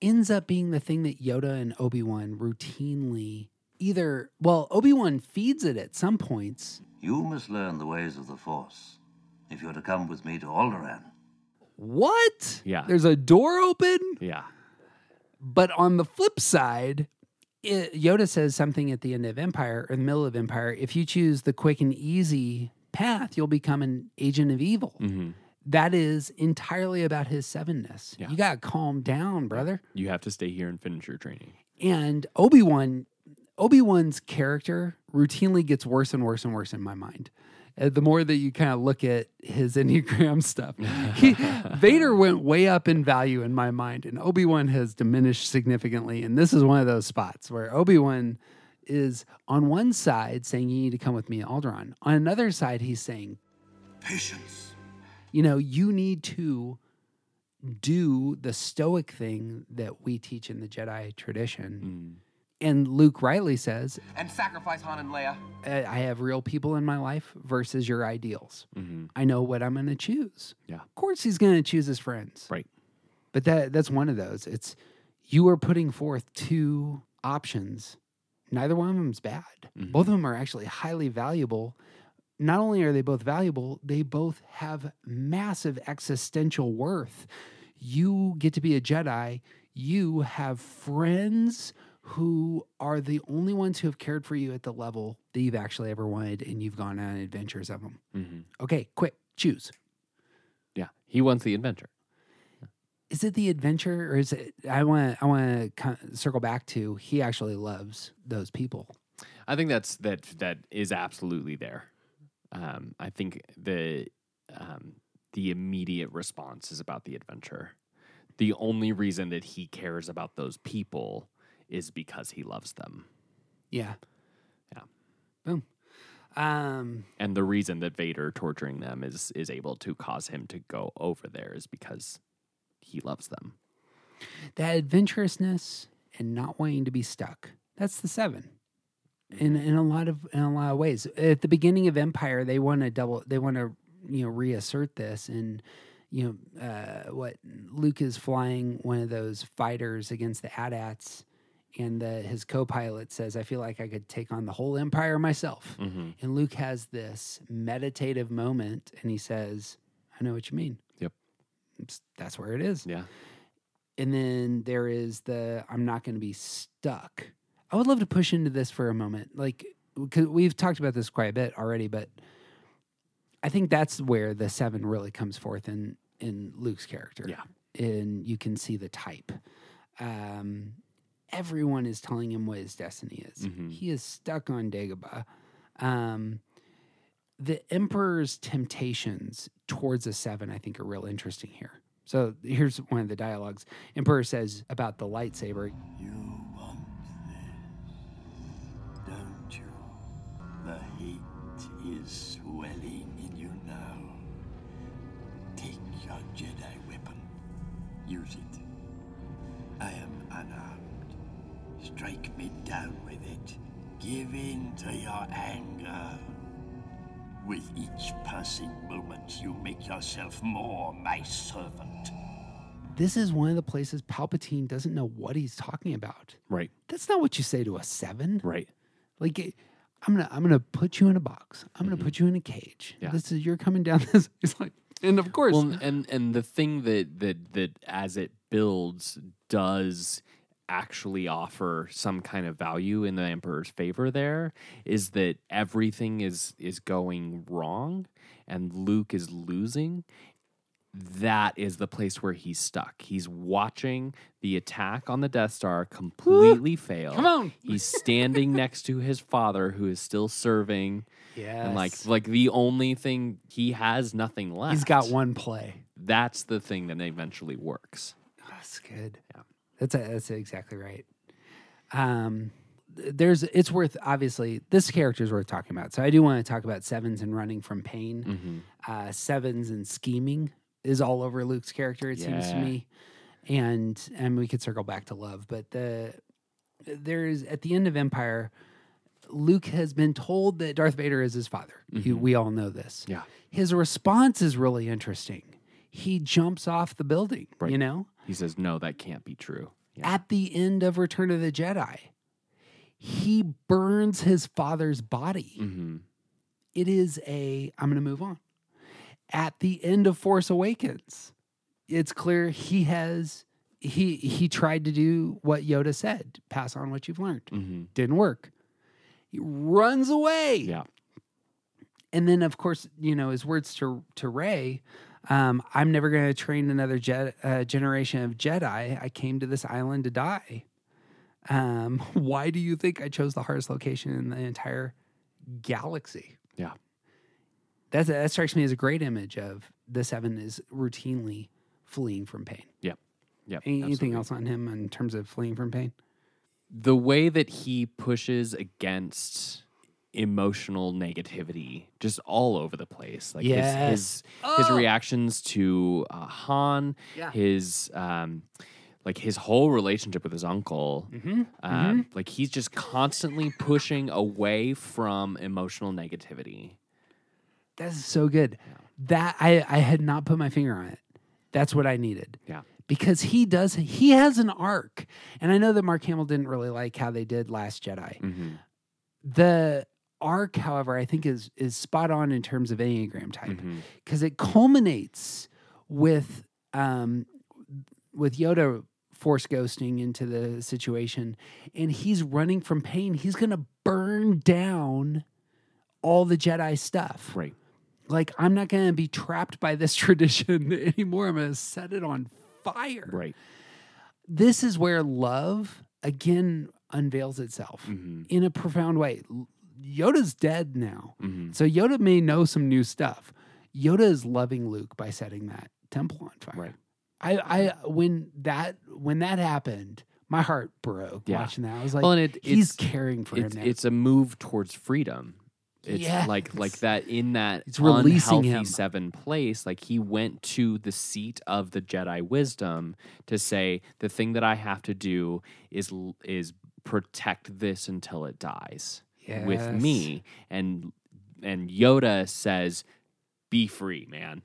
Speaker 1: ends up being the thing that Yoda and Obi-Wan routinely either well, Obi-Wan feeds it at some points.
Speaker 6: You must learn the ways of the Force if you're to come with me to Alderaan.
Speaker 1: What?
Speaker 2: Yeah.
Speaker 1: There's a door open,
Speaker 2: yeah.
Speaker 1: but on the flip side, it, Yoda says something at the end of Empire or the middle of Empire, if you choose the quick and easy path, you'll become an agent of evil.
Speaker 2: Mm.
Speaker 1: That is entirely about his sevenness.
Speaker 2: Yeah.
Speaker 1: You got to calm down, brother.
Speaker 2: You have to stay here and finish your training.
Speaker 1: and obi-wan obi-wan's character routinely gets worse and worse and worse in my mind Uh, the more that you kind of look at his <laughs> enneagram stuff he, vader went way up in value in my mind and obi-wan has diminished significantly and this is one of those spots where obi-wan is on one side saying you need to come with me to alderon on another side he's saying
Speaker 6: Patience.
Speaker 1: you know, you need to do the stoic thing that we teach in the Jedi tradition. And Luke rightly says,
Speaker 4: And sacrifice Han and Leia.
Speaker 1: I I have real people in my life versus your ideals. I know what I'm going to choose.
Speaker 2: Yeah.
Speaker 1: Of course, he's going to choose his friends.
Speaker 2: Right.
Speaker 1: But that that's one of those. It's you are putting forth two options. Neither one of them is bad.
Speaker 2: Mm-hmm.
Speaker 1: Both of them are actually highly valuable. Not only are they both valuable, they both have massive existential worth. You get to be a Jedi. You have friends who are the only ones who have cared for you at the level that you've actually ever wanted, and you've gone on adventures of them. Okay, quick, choose.
Speaker 2: Yeah. He wants the adventure.
Speaker 1: is it the adventure or is it i want i want to circle back to he actually loves those people
Speaker 2: I think that's that that is absolutely there. Um, I think the um, the immediate response is about the adventure. The only reason that he cares about those people is because he loves them,
Speaker 1: yeah
Speaker 2: Yeah.
Speaker 1: boom um
Speaker 2: and the reason that Vader torturing them is is able to cause him to go over there is because he loves them.
Speaker 1: that adventurousness and not wanting to be stuck that's the seven in in a lot of in a lot of ways at the beginning of empire they want to double they want to you know reassert this and you know uh, what luke is flying one of those fighters against the adats and the, his co-pilot says i feel like i could take on the whole empire myself
Speaker 2: Hmm.
Speaker 1: and luke has this meditative moment and he says i know what you mean
Speaker 2: Yep.
Speaker 1: It's- that's where it is
Speaker 2: Yeah.
Speaker 1: and then there is the I'm not going to be stuck. I would love to push into this for a moment. Like, we we've talked about this quite a bit already, but I think that's where the seven really comes forth in, in Luke's character.
Speaker 2: Yeah.
Speaker 1: And you can see the type. Um, everyone is telling him what his destiny is. He is stuck on Dagobah. Um, the emperor's temptations towards the seven i think are real interesting here so here's one of the dialogues emperor says about the lightsaber
Speaker 5: You want this, don't you? The heat is swelling in you now. Take your Jedi weapon. Use it. I am unarmed. Strike me down with it. Give in to your anger. With each passing moment, you make yourself more my servant.
Speaker 1: this is one of the places palpatine doesn't know what he's talking about
Speaker 2: Right.
Speaker 1: that's not what you say to a seven
Speaker 2: Right.
Speaker 1: like it- i'm gonna i'm gonna put you in a box i'm gonna put you in a cage
Speaker 2: Yeah.
Speaker 1: this is you're coming down <laughs> this it's like and of course
Speaker 2: Well, and and the thing that that that as it builds does actually offer some kind of value in the emperor's favor there is that everything is is going wrong and Luke is losing that is the place where he's stuck. He's watching the attack on the Death Star completely fail.
Speaker 1: Come on.
Speaker 2: He's standing next to his father who is still serving.
Speaker 1: yeah
Speaker 2: And like like the only thing he has nothing left
Speaker 1: he's got one play Oh,
Speaker 2: that's the thing that eventually works.
Speaker 1: That's good. That's that's exactly right. Um, th- there's it's worth obviously this character is worth talking about. So I do want to talk about sevens and running from pain.
Speaker 2: Mm-hmm.
Speaker 1: Uh, sevens and scheming is all over Luke's character. It seems to
Speaker 2: Yeah.
Speaker 1: me, and and we could circle back to love, but the there's at the end of Empire, Luke has been told that Darth Vader is his father. You- we all know this.
Speaker 2: Mm-hmm. Yeah.
Speaker 1: His response is really interesting. He jumps off the building,
Speaker 2: Right.
Speaker 1: you know?
Speaker 2: He says, no, that can't be true. Yeah.
Speaker 1: At the end of Return of the Jedi, he burns his father's body.
Speaker 2: Mm-hmm.
Speaker 1: It is a, I'm going to move on. At the end of Force Awakens, it's clear he has, he, he tried to do what Yoda said pass on what you've learned.
Speaker 2: Mm-hmm.
Speaker 1: Didn't work. He runs away
Speaker 2: Yeah.
Speaker 1: and then of course you know his words to to Ray. Um, I'm never going to train another Jedi, uh, generation of Jedi. I came to this island to die. Um, <laughs> why do you think I chose the hardest location in the entire galaxy?
Speaker 2: Yeah.
Speaker 1: That's, that strikes me as a great image of the Seven is routinely fleeing from pain.
Speaker 2: Yep. Yep.
Speaker 1: Any-
Speaker 2: absolutely.
Speaker 1: Anything else on him in terms of fleeing from pain?
Speaker 2: the way that he pushes against emotional negativity just all over the place like
Speaker 1: Yes.
Speaker 2: his his, his reactions to uh, han
Speaker 1: Yeah.
Speaker 2: his um like his whole relationship with his uncle um, like he's just constantly pushing away from emotional negativity
Speaker 1: That's so good. That I, I had not put my finger on it. That's what I needed.
Speaker 2: yeah
Speaker 1: because he does he has an arc and i know that mark hamill didn't really like how they did last jedi
Speaker 2: Mhm.
Speaker 1: the arc however i think is is spot on in terms of enneagram type
Speaker 2: Mhm.
Speaker 1: because it culminates with um with yoda force ghosting into the situation and he's running from pain he's gonna burn down all the jedi stuff
Speaker 2: right
Speaker 1: like i'm not gonna be trapped by this <laughs> tradition anymore i'm gonna set it on fire
Speaker 2: right
Speaker 1: this is where love again unveils itself
Speaker 2: Mhm.
Speaker 1: in a profound way. L- Yoda's dead now.
Speaker 2: Mhm.
Speaker 1: So Yoda may know some new stuff. Yoda is loving Luke by setting that temple on fire.
Speaker 2: Right.
Speaker 1: I, I when that when that happened, my heart broke
Speaker 2: Yeah.
Speaker 1: watching that. I was like,
Speaker 2: Well, and it-
Speaker 1: he's
Speaker 2: it's-
Speaker 1: caring for
Speaker 2: it's,
Speaker 1: him now.
Speaker 2: it's a move towards freedom. It's
Speaker 1: Yes.
Speaker 2: like like that in that
Speaker 1: It's releasing
Speaker 2: unhealthy
Speaker 1: him.
Speaker 2: seven place. Like he went to the seat of the Jedi wisdom to say the thing that I have to do is l- is protect this until it dies with
Speaker 1: Yes.
Speaker 2: me. And and Yoda says, "Be free, man.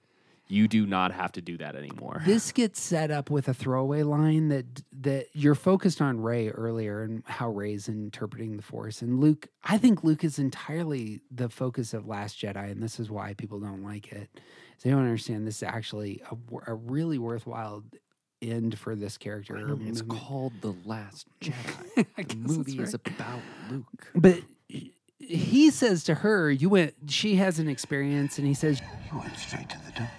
Speaker 2: You do not have to do that anymore."
Speaker 1: this gets set up with a throwaway line that that you're focused on Ray earlier and how Ray's interpreting the Force and Luke. I think Luke is entirely the focus of Last Jedi, and this is why people don't like it. is They don't understand this is actually a, wor- a really worthwhile end for this character. or
Speaker 2: it's
Speaker 1: movement.
Speaker 2: called the Last Jedi.
Speaker 1: <laughs> I
Speaker 2: the
Speaker 1: guess that's
Speaker 2: movie is
Speaker 1: right.
Speaker 2: about Luke.
Speaker 1: but he says to her, "You went." She has an experience, and he says,
Speaker 5: You went straight to the dark.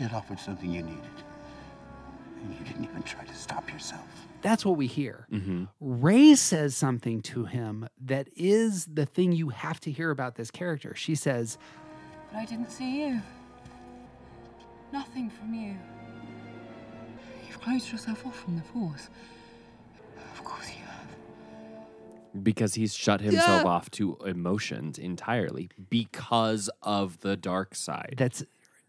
Speaker 5: It offered something you needed. And you didn't even try to stop yourself.
Speaker 1: "That's what we hear."
Speaker 2: Mm-hmm.
Speaker 1: Ray says something to him that is the thing you have to hear about this character. She says,
Speaker 7: But I didn't see you. Nothing from you. You've closed yourself off from the force.
Speaker 5: Of course you have.
Speaker 2: because he's shut himself off to emotions entirely because of the dark side.
Speaker 1: that's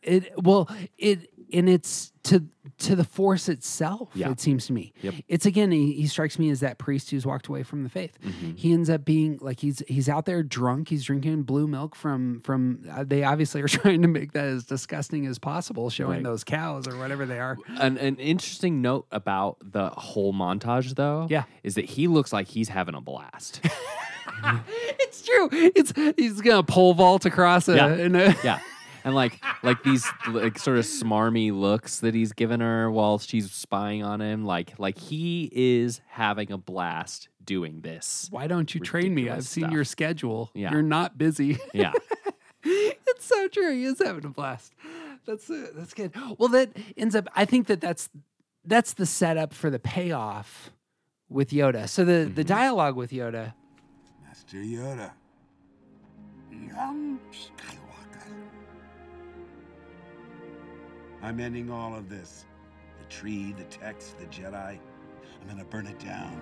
Speaker 1: it well it and it's to to the force itself
Speaker 2: Yeah.
Speaker 1: it seems to me
Speaker 2: Yep.
Speaker 1: it's again he, he strikes me as that priest who's walked away from the faith
Speaker 2: Mm-hmm.
Speaker 1: he ends up being like he's he's out there drunk he's drinking blue milk from from uh, they obviously are <laughs> trying to make that as disgusting as possible showing
Speaker 2: Right.
Speaker 1: those cows or whatever they are
Speaker 2: an, an interesting note about the whole montage, though,
Speaker 1: Yeah.
Speaker 2: is that he looks like he's having a blast.
Speaker 1: <laughs>
Speaker 2: <laughs>
Speaker 1: it's true it's he's gonna pole vault across a,
Speaker 2: Yeah.
Speaker 1: in a
Speaker 2: yeah, and like like these like sort of smarmy looks that he's given her while she's spying on him, like like he is having a blast doing this.
Speaker 1: why don't you train me? I've
Speaker 2: ridiculous
Speaker 1: seen
Speaker 2: stuff.
Speaker 1: your schedule.
Speaker 2: Yeah.
Speaker 1: You're not busy. <laughs>
Speaker 2: Yeah,
Speaker 1: it's so true. He is having a blast. That's uh, that's good. Well, that ends up. I think that that's that's the setup for the payoff with Yoda. So the
Speaker 2: Mm-hmm.
Speaker 1: the dialogue with Yoda.
Speaker 5: Master Yoda. Young Skywalker. I'm ending all of this. The tree, the text, the Jedi. I'm gonna burn it down.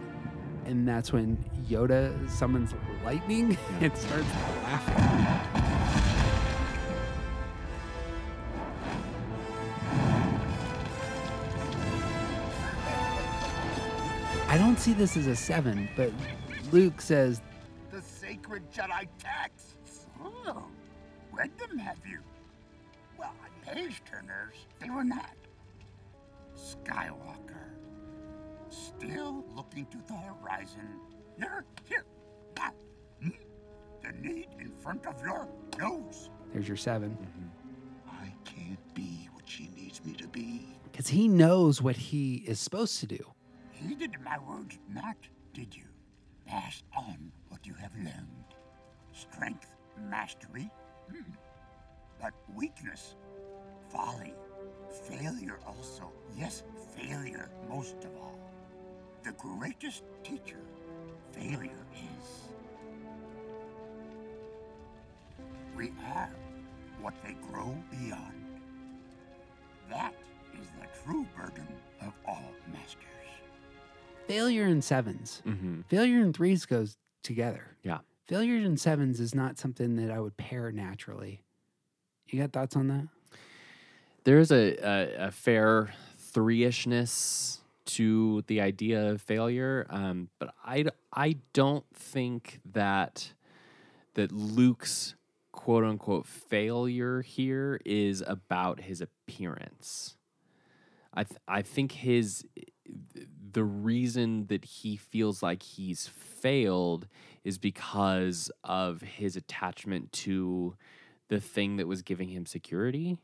Speaker 1: And that's when Yoda summons lightning <laughs> and starts laughing. I don't see this as a seven, but Luke says
Speaker 5: The sacred Jedi texts. Oh, read them, have you? Well, on page turners, they were not. Skywalker, still looking to the horizon. You're here now. Hmm? The need in front of your nose.
Speaker 1: there's your seven.
Speaker 5: I can't be what she needs me to be.
Speaker 1: Because he knows what he is supposed to do.
Speaker 5: You did my words not, did you? Pass on what you have learned. Strength, mastery, hmm. but weakness, folly, failure also. Yes, failure most of all. The greatest teacher, failure is. We are what they grow beyond. That is the true burden of all masters.
Speaker 1: Failure in sevens.
Speaker 2: Mm-hmm.
Speaker 1: Failure in threes goes together.
Speaker 2: Yeah.
Speaker 1: Failure in sevens is not something that I would pair naturally. You got thoughts on that?
Speaker 2: There is a, a, a fair three-ishness to the idea of failure, um, but I, d- I don't think that that Luke's quote unquote failure here is about his appearance. I th- I think his the reason that he feels like he's failed is because of his attachment to the thing that was giving him security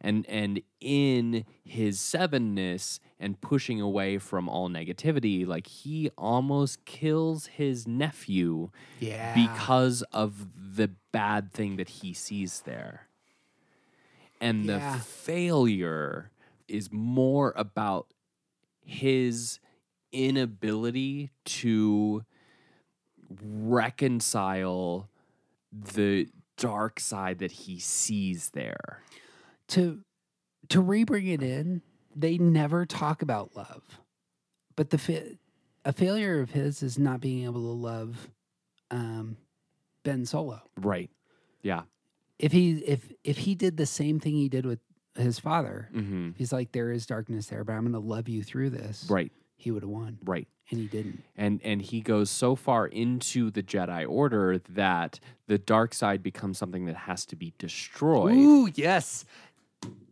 Speaker 2: and and in his sevenness and pushing away from all negativity like he almost kills his nephew
Speaker 1: Yeah.
Speaker 2: because of the bad thing that he sees there. And
Speaker 1: Yeah.
Speaker 2: the failure is more about his inability to reconcile the dark side that he sees there.
Speaker 1: to to rebring it in, they never talk about love. But the fa- a failure of his is not being able to love um, Ben Solo.
Speaker 2: Right. Yeah.
Speaker 1: If he if if he did the same thing he did with his father,
Speaker 2: Mm-hmm.
Speaker 1: he's like, there is darkness there, but I'm going to love you through this.
Speaker 2: Right.
Speaker 1: He would have won,
Speaker 2: Right.
Speaker 1: and he didn't.
Speaker 2: and and he goes so far into the Jedi Order that the dark side becomes something that has to be destroyed.
Speaker 1: yes,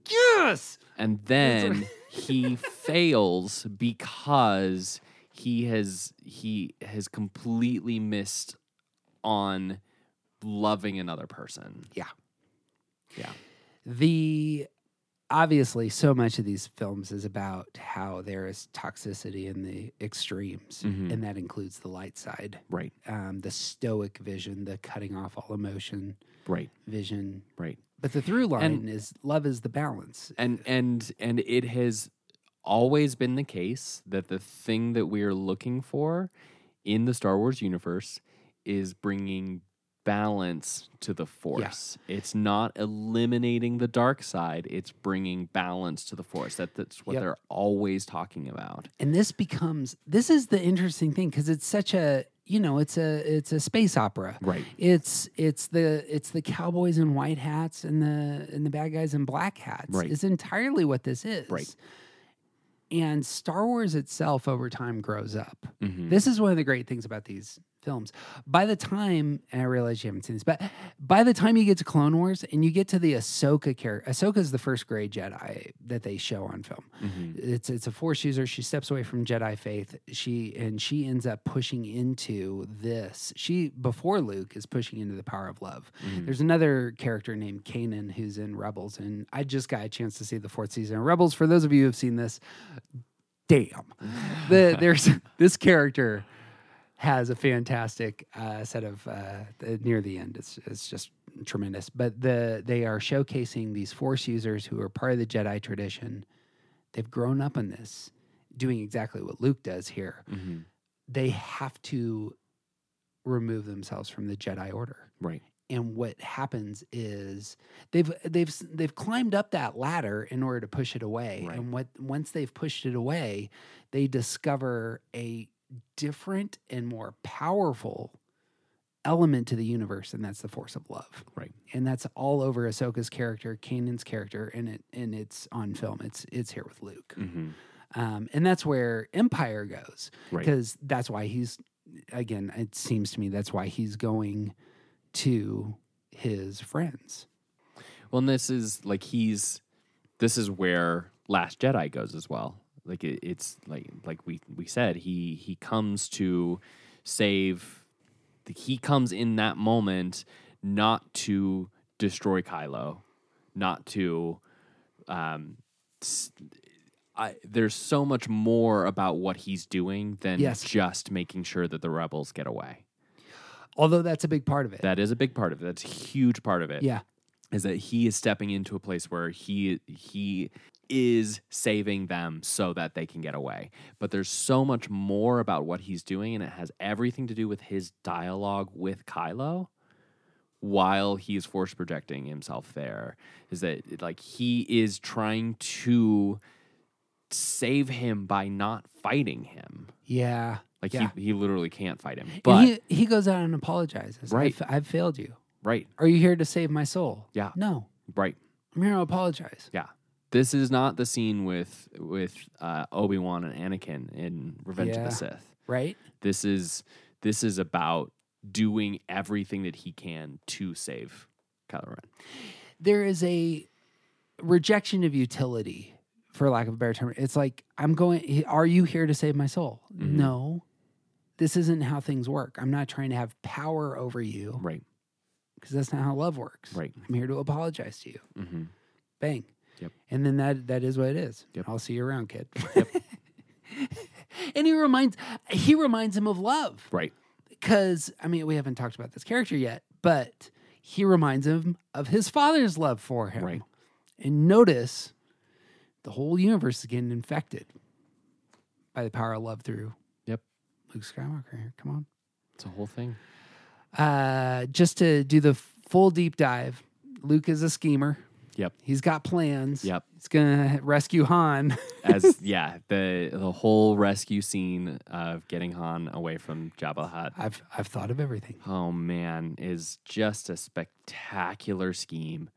Speaker 1: yes.
Speaker 2: And then he fails because he has he has completely missed on loving another person.
Speaker 1: the obviously so much of these films is about how there is toxicity in the extremes
Speaker 2: Mhm.
Speaker 1: and that includes the light side
Speaker 2: Right.
Speaker 1: um, the stoic vision the cutting off all emotion
Speaker 2: Right.
Speaker 1: vision
Speaker 2: Right.
Speaker 1: but the through line
Speaker 2: And-
Speaker 1: is love is the balance
Speaker 2: and and and it has always been the case that the thing that we are looking for in the Star Wars universe is bringing balance to the force. It's not eliminating the dark side, it's bringing balance to the force. That that's what
Speaker 1: Yep.
Speaker 2: they're always talking about.
Speaker 1: and this becomes this is the interesting thing because it's such a you know it's a it's a space opera
Speaker 2: Right.
Speaker 1: it's it's the it's the cowboys in white hats and the and the bad guys in black hats
Speaker 2: Right.
Speaker 1: is entirely what this is
Speaker 2: Right.
Speaker 1: and star wars itself over time grows up
Speaker 2: Mhm.
Speaker 1: this is one of the great things about these films by the time and i realize you haven't seen this but by the time you get to clone wars and you get to the ahsoka character ahsoka is the first gray jedi that they show on film
Speaker 2: Mhm.
Speaker 1: it's it's a force user. She steps away from Jedi faith. She and she ends up pushing into this. She before Luke is pushing into the power of love. <laughs>
Speaker 2: Mhm.
Speaker 1: There's another character named Kanan who's in Rebels, and I just got a chance to see the fourth season of Rebels. For those of you who have seen this, damn,
Speaker 2: <laughs>
Speaker 1: the, there's this character has a fantastic uh, set of uh, the, near the end. It's it's just tremendous. But the they are showcasing these force users who are part of the Jedi tradition. They've grown up in this, doing exactly what Luke does here.
Speaker 2: Mhm.
Speaker 1: They have to remove themselves from the Jedi Order
Speaker 2: Right.
Speaker 1: and what happens is they've they've s- they've climbed up that ladder in order to push it away
Speaker 2: Right.
Speaker 1: and what once they've pushed it away they discover a different and more powerful element to the universe and that's the force of love
Speaker 2: Right.
Speaker 1: and that's all over Ahsoka's character Kanan's character and it and it's on film it's it's here with Luke
Speaker 2: Mhm.
Speaker 1: Um, and that's where Empire goes.
Speaker 2: Right.
Speaker 1: Because that's why he's, again, it seems to me that's why he's going to his friends.
Speaker 2: Well, and this is like he's this is where Last Jedi goes as well. Like it, it's like like we we said he he comes to save. He comes in that moment not to destroy Kylo, not to. Um, s- I, there's so much more about what he's doing than
Speaker 1: Yes.
Speaker 2: just making sure that the rebels get away.
Speaker 1: Although that's a big part of it.
Speaker 2: That is a big part of it. That's a huge part of it
Speaker 1: yeah.
Speaker 2: is that he is stepping into a place where he he is saving them so that they can get away. But there's so much more about what he's doing, and it has everything to do with his dialogue with Kylo while he's force projecting himself there. Is that like he is trying to save him by not fighting him.
Speaker 1: Yeah.
Speaker 2: Like
Speaker 1: Yeah.
Speaker 2: he, he literally can't fight him.
Speaker 1: But
Speaker 2: But
Speaker 1: he, he goes out and apologizes.
Speaker 2: Right.
Speaker 1: I've, I've failed you.
Speaker 2: right,
Speaker 1: Are you here to save my soul?
Speaker 2: Yeah.
Speaker 1: No,
Speaker 2: right.
Speaker 1: I'm here to apologize.
Speaker 2: Yeah. This is not the scene with with uh, Obi Wan and Anakin in Revenge of
Speaker 1: Yeah.
Speaker 2: the Sith.
Speaker 1: Right?
Speaker 2: This is this is about doing everything that he can to save Kylo Ren.
Speaker 1: There is a rejection of utility, for lack of a better term. It's like, I'm going, he- are you here to save my soul?
Speaker 2: Mhm.
Speaker 1: No. This isn't how things work. I'm not trying to have power over you
Speaker 2: Right.
Speaker 1: because that's not how love works.
Speaker 2: Right.
Speaker 1: I'm here to apologize to you.
Speaker 2: Mm-hmm.
Speaker 1: Bang.
Speaker 2: Yep.
Speaker 1: And then that that is what it is.
Speaker 2: Yep.
Speaker 1: I'll see you around, kid. <laughs> and he reminds he reminds him of love.
Speaker 2: Right.
Speaker 1: because I mean we haven't talked about this character yet, but he reminds him of his father's love for him.
Speaker 2: Right.
Speaker 1: And notice the whole universe is getting infected by the power of love through
Speaker 2: Yep.
Speaker 1: Luke Skywalker here. Come on
Speaker 2: It's a whole thing.
Speaker 1: uh, just to do the full deep dive, Luke is a schemer.
Speaker 2: Yep.
Speaker 1: He's got plans.
Speaker 2: Yep.
Speaker 1: He's gonna rescue Han. <laughs>
Speaker 2: As <laughs> yeah, the the whole rescue scene of getting Han away from Jabba the Hutt.
Speaker 1: I've I've thought of everything. <laughs>
Speaker 2: Oh man, is just a spectacular scheme.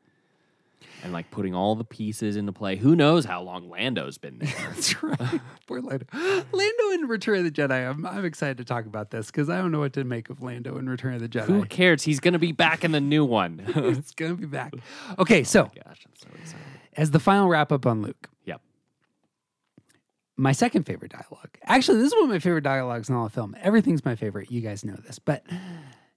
Speaker 2: And like putting all the pieces into play. Who knows how long Lando's
Speaker 1: <laughs>
Speaker 2: been there?
Speaker 1: That's right. Poor Lando. <gasps> Lando in Return of the Jedi. I'm I'm excited to talk about this because I don't know what to make of Lando in Return of the Jedi. <laughs>
Speaker 2: Who cares? He's gonna be back in the new one. Gosh,
Speaker 1: it's gonna be back. Okay, so
Speaker 2: I'm so excited.
Speaker 1: as the final wrap up on Luke,
Speaker 2: Yep.
Speaker 1: my second favorite dialogue. Actually, this is one of my favorite dialogues in all of film. Everything's my favorite. You guys know this, but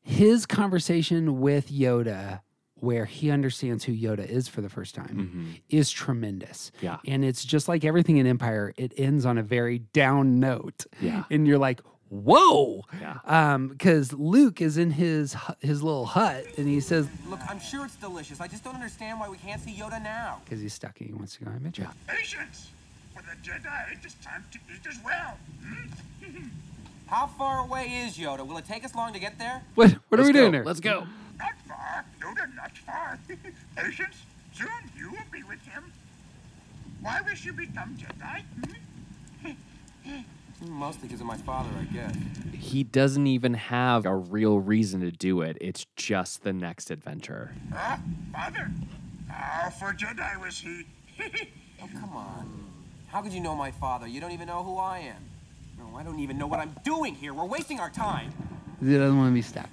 Speaker 1: his conversation with Yoda, where he understands who Yoda is for the first time, is tremendous.
Speaker 2: Mm-hmm. Yeah.
Speaker 1: and it's just like everything in Empire. It ends on a very down note.
Speaker 2: Yeah.
Speaker 1: and you're like, whoa.
Speaker 2: Yeah.
Speaker 1: Um, because Luke is in his hu- his little hut, and he says,
Speaker 4: Look, I'm sure it's delicious. I just don't understand why we can't see Yoda now.
Speaker 1: because he's stuck and he wants to go on a mission.
Speaker 8: Patience! For the Jedi, it is time to eat as well. Hmm? <laughs>
Speaker 4: How far away is Yoda? Will it take us long to get there?
Speaker 1: What what are we
Speaker 2: Let's go.
Speaker 1: doing here?
Speaker 2: Let's go.
Speaker 8: Not far, Yoda, not far. <laughs> Patience, soon you will be with him. Why wish you become Jedi? Hmm? <laughs>
Speaker 4: Mostly because of my father, I guess.
Speaker 2: He doesn't even have a real reason to do it. It's just the next adventure.
Speaker 8: Ah, father, how for Jedi was he? <laughs>
Speaker 4: Oh, come on. How could you know my father? You don't even know who I am. No, I don't even know what I'm doing here. We're wasting our time.
Speaker 1: He doesn't want to be stuck.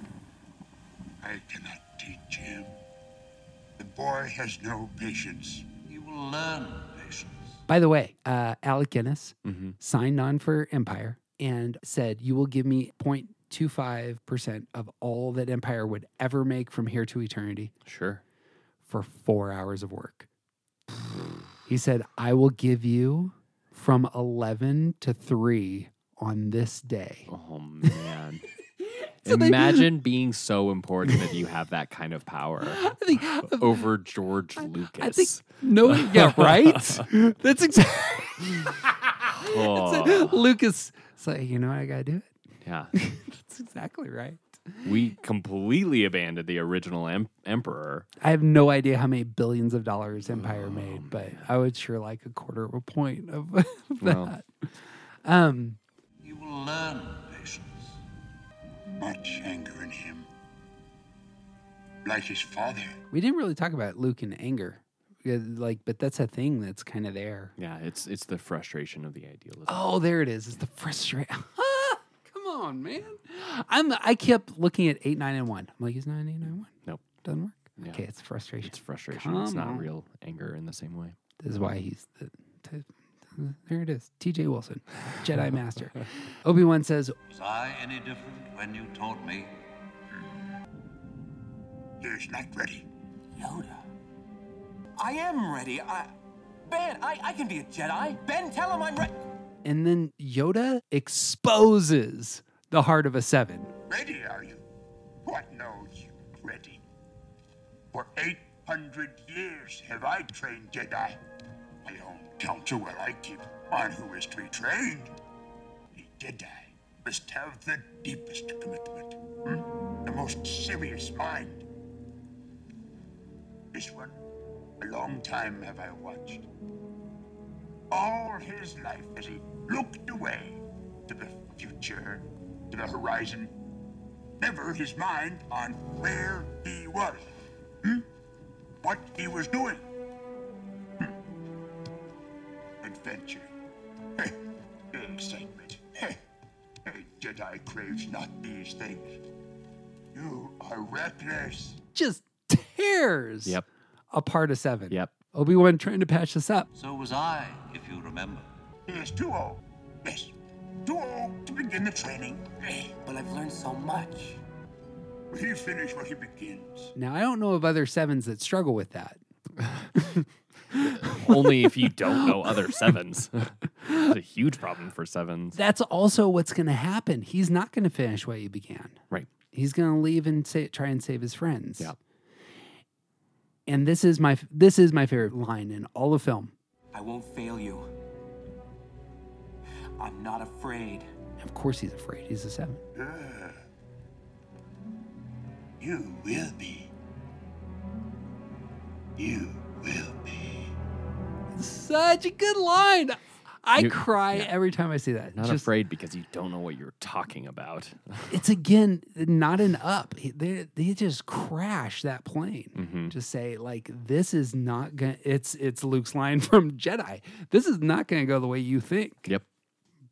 Speaker 8: I cannot teach him. The boy has no patience.
Speaker 6: You will learn patience.
Speaker 1: By the way, uh, Alec Guinness signed on for Empire and said, "You will give me 0.25 percent of all that Empire would ever make from here to eternity
Speaker 2: Sure.
Speaker 1: for four hours of work." he said, "I will give you from 11 to 3 on this day."
Speaker 2: Oh
Speaker 1: <laughs>
Speaker 2: man. Imagine being so important that you have that kind of power
Speaker 1: <laughs> I think,
Speaker 2: over George Lucas.
Speaker 1: I think no, yeah, right. That's exactly. <laughs>
Speaker 2: Oh,
Speaker 1: Lucas. So you know what I gotta do it.
Speaker 2: yeah.
Speaker 1: That's exactly right.
Speaker 2: We completely abandoned the original em- emperor.
Speaker 1: I have no idea how many billions of dollars
Speaker 2: Oh,
Speaker 1: Empire made, but I would sure like a quarter of a point
Speaker 2: <laughs>
Speaker 1: of that.
Speaker 2: Well.
Speaker 1: Um,
Speaker 6: You will learn patience.
Speaker 8: Much anger in him. Like his father.
Speaker 1: we didn't really talk about Luke and anger. Yeah, Like, but that's a thing that's kind of there.
Speaker 2: Yeah, it's it's the frustration of the idealism.
Speaker 1: Oh, there it is. It's the <laughs> frustrate. Come on, man. I'm. I kept looking at eight, nine, and one. I'm like, is nine, eight, nine, one?
Speaker 2: Nope.
Speaker 1: Doesn't work.
Speaker 2: Yeah.
Speaker 1: Okay, it's frustration.
Speaker 2: It's frustration. it's
Speaker 1: Come
Speaker 2: not
Speaker 1: on.
Speaker 2: real anger in the same way.
Speaker 1: This is why he's the. t- t- there it is. T.J. Wilson,
Speaker 2: <laughs>
Speaker 1: Jedi Master. Obi Wan says,
Speaker 9: Was I any different when you taught me?
Speaker 5: He's Hmm. not ready.
Speaker 10: Yoda. I am ready. I. Ben, I, I can be a Jedi. Ben, tell him I'm ready.
Speaker 1: and then Yoda exposes the heart of a seven.
Speaker 5: Ready, are you? What knows you ready? For 800 years have I trained Jedi. My own counsel will I keep on who is to be trained. A Jedi must have the deepest commitment, hmm? the most serious mind. This one, a long time have I watched. All his life as he looked away to the future, to the horizon, never his mind on where he was, hmm? what he was doing. Hmm. Adventure. Heh. Excitement. Heh. A Jedi craves not these things. You are reckless.
Speaker 1: Just tears
Speaker 2: Yep.
Speaker 1: apart a seven.
Speaker 2: Yep.
Speaker 1: Obi Wan trying to patch this up.
Speaker 9: So was I, if you remember.
Speaker 5: He is too old. Yes, too old to begin the training. Heh.
Speaker 10: But I've learned so much.
Speaker 5: He finishes what he begins.
Speaker 1: Now I don't know of other sevens that struggle with that.
Speaker 2: Only if you don't know <laughs> other sevens. it's a huge problem for sevens.
Speaker 1: That's also what's going to happen. He's not going to finish what he began.
Speaker 2: Right.
Speaker 1: He's going to leave and say, try and save his friends.
Speaker 2: Yep.
Speaker 1: And this is my this is my favorite line in all of film.
Speaker 10: I won't fail you. I'm not afraid.
Speaker 1: Of course, he's afraid. He's a seven.
Speaker 5: Ah. You will be. You will be.
Speaker 1: Such a good line. I
Speaker 2: You-
Speaker 1: cry every time I see that.
Speaker 2: Not
Speaker 1: Just-
Speaker 2: afraid because you don't know what you're talking about. <laughs>
Speaker 1: It's again not an up. He- They they just crash that plane.
Speaker 2: Mhm.
Speaker 1: Just say like this is not gonna. It's it's Luke's line <laughs> from Jedi. This is not gonna go the way you think.
Speaker 2: Yep.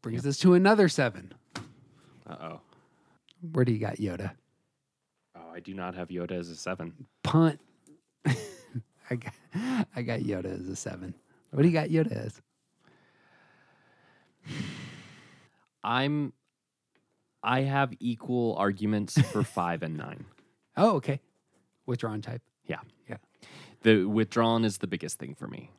Speaker 1: Brings us to another seven.
Speaker 2: Uh oh.
Speaker 1: Where do you got Yoda?
Speaker 2: Oh, I do not have Yoda as a seven.
Speaker 1: Punt. <laughs> I got I got Yoda as a seven. What do you got Yoda as?
Speaker 2: I'm. I have equal arguments for five and nine.
Speaker 1: Oh, okay. Withdrawn type.
Speaker 2: Yeah.
Speaker 1: Yeah.
Speaker 2: The withdrawn is the biggest thing for me.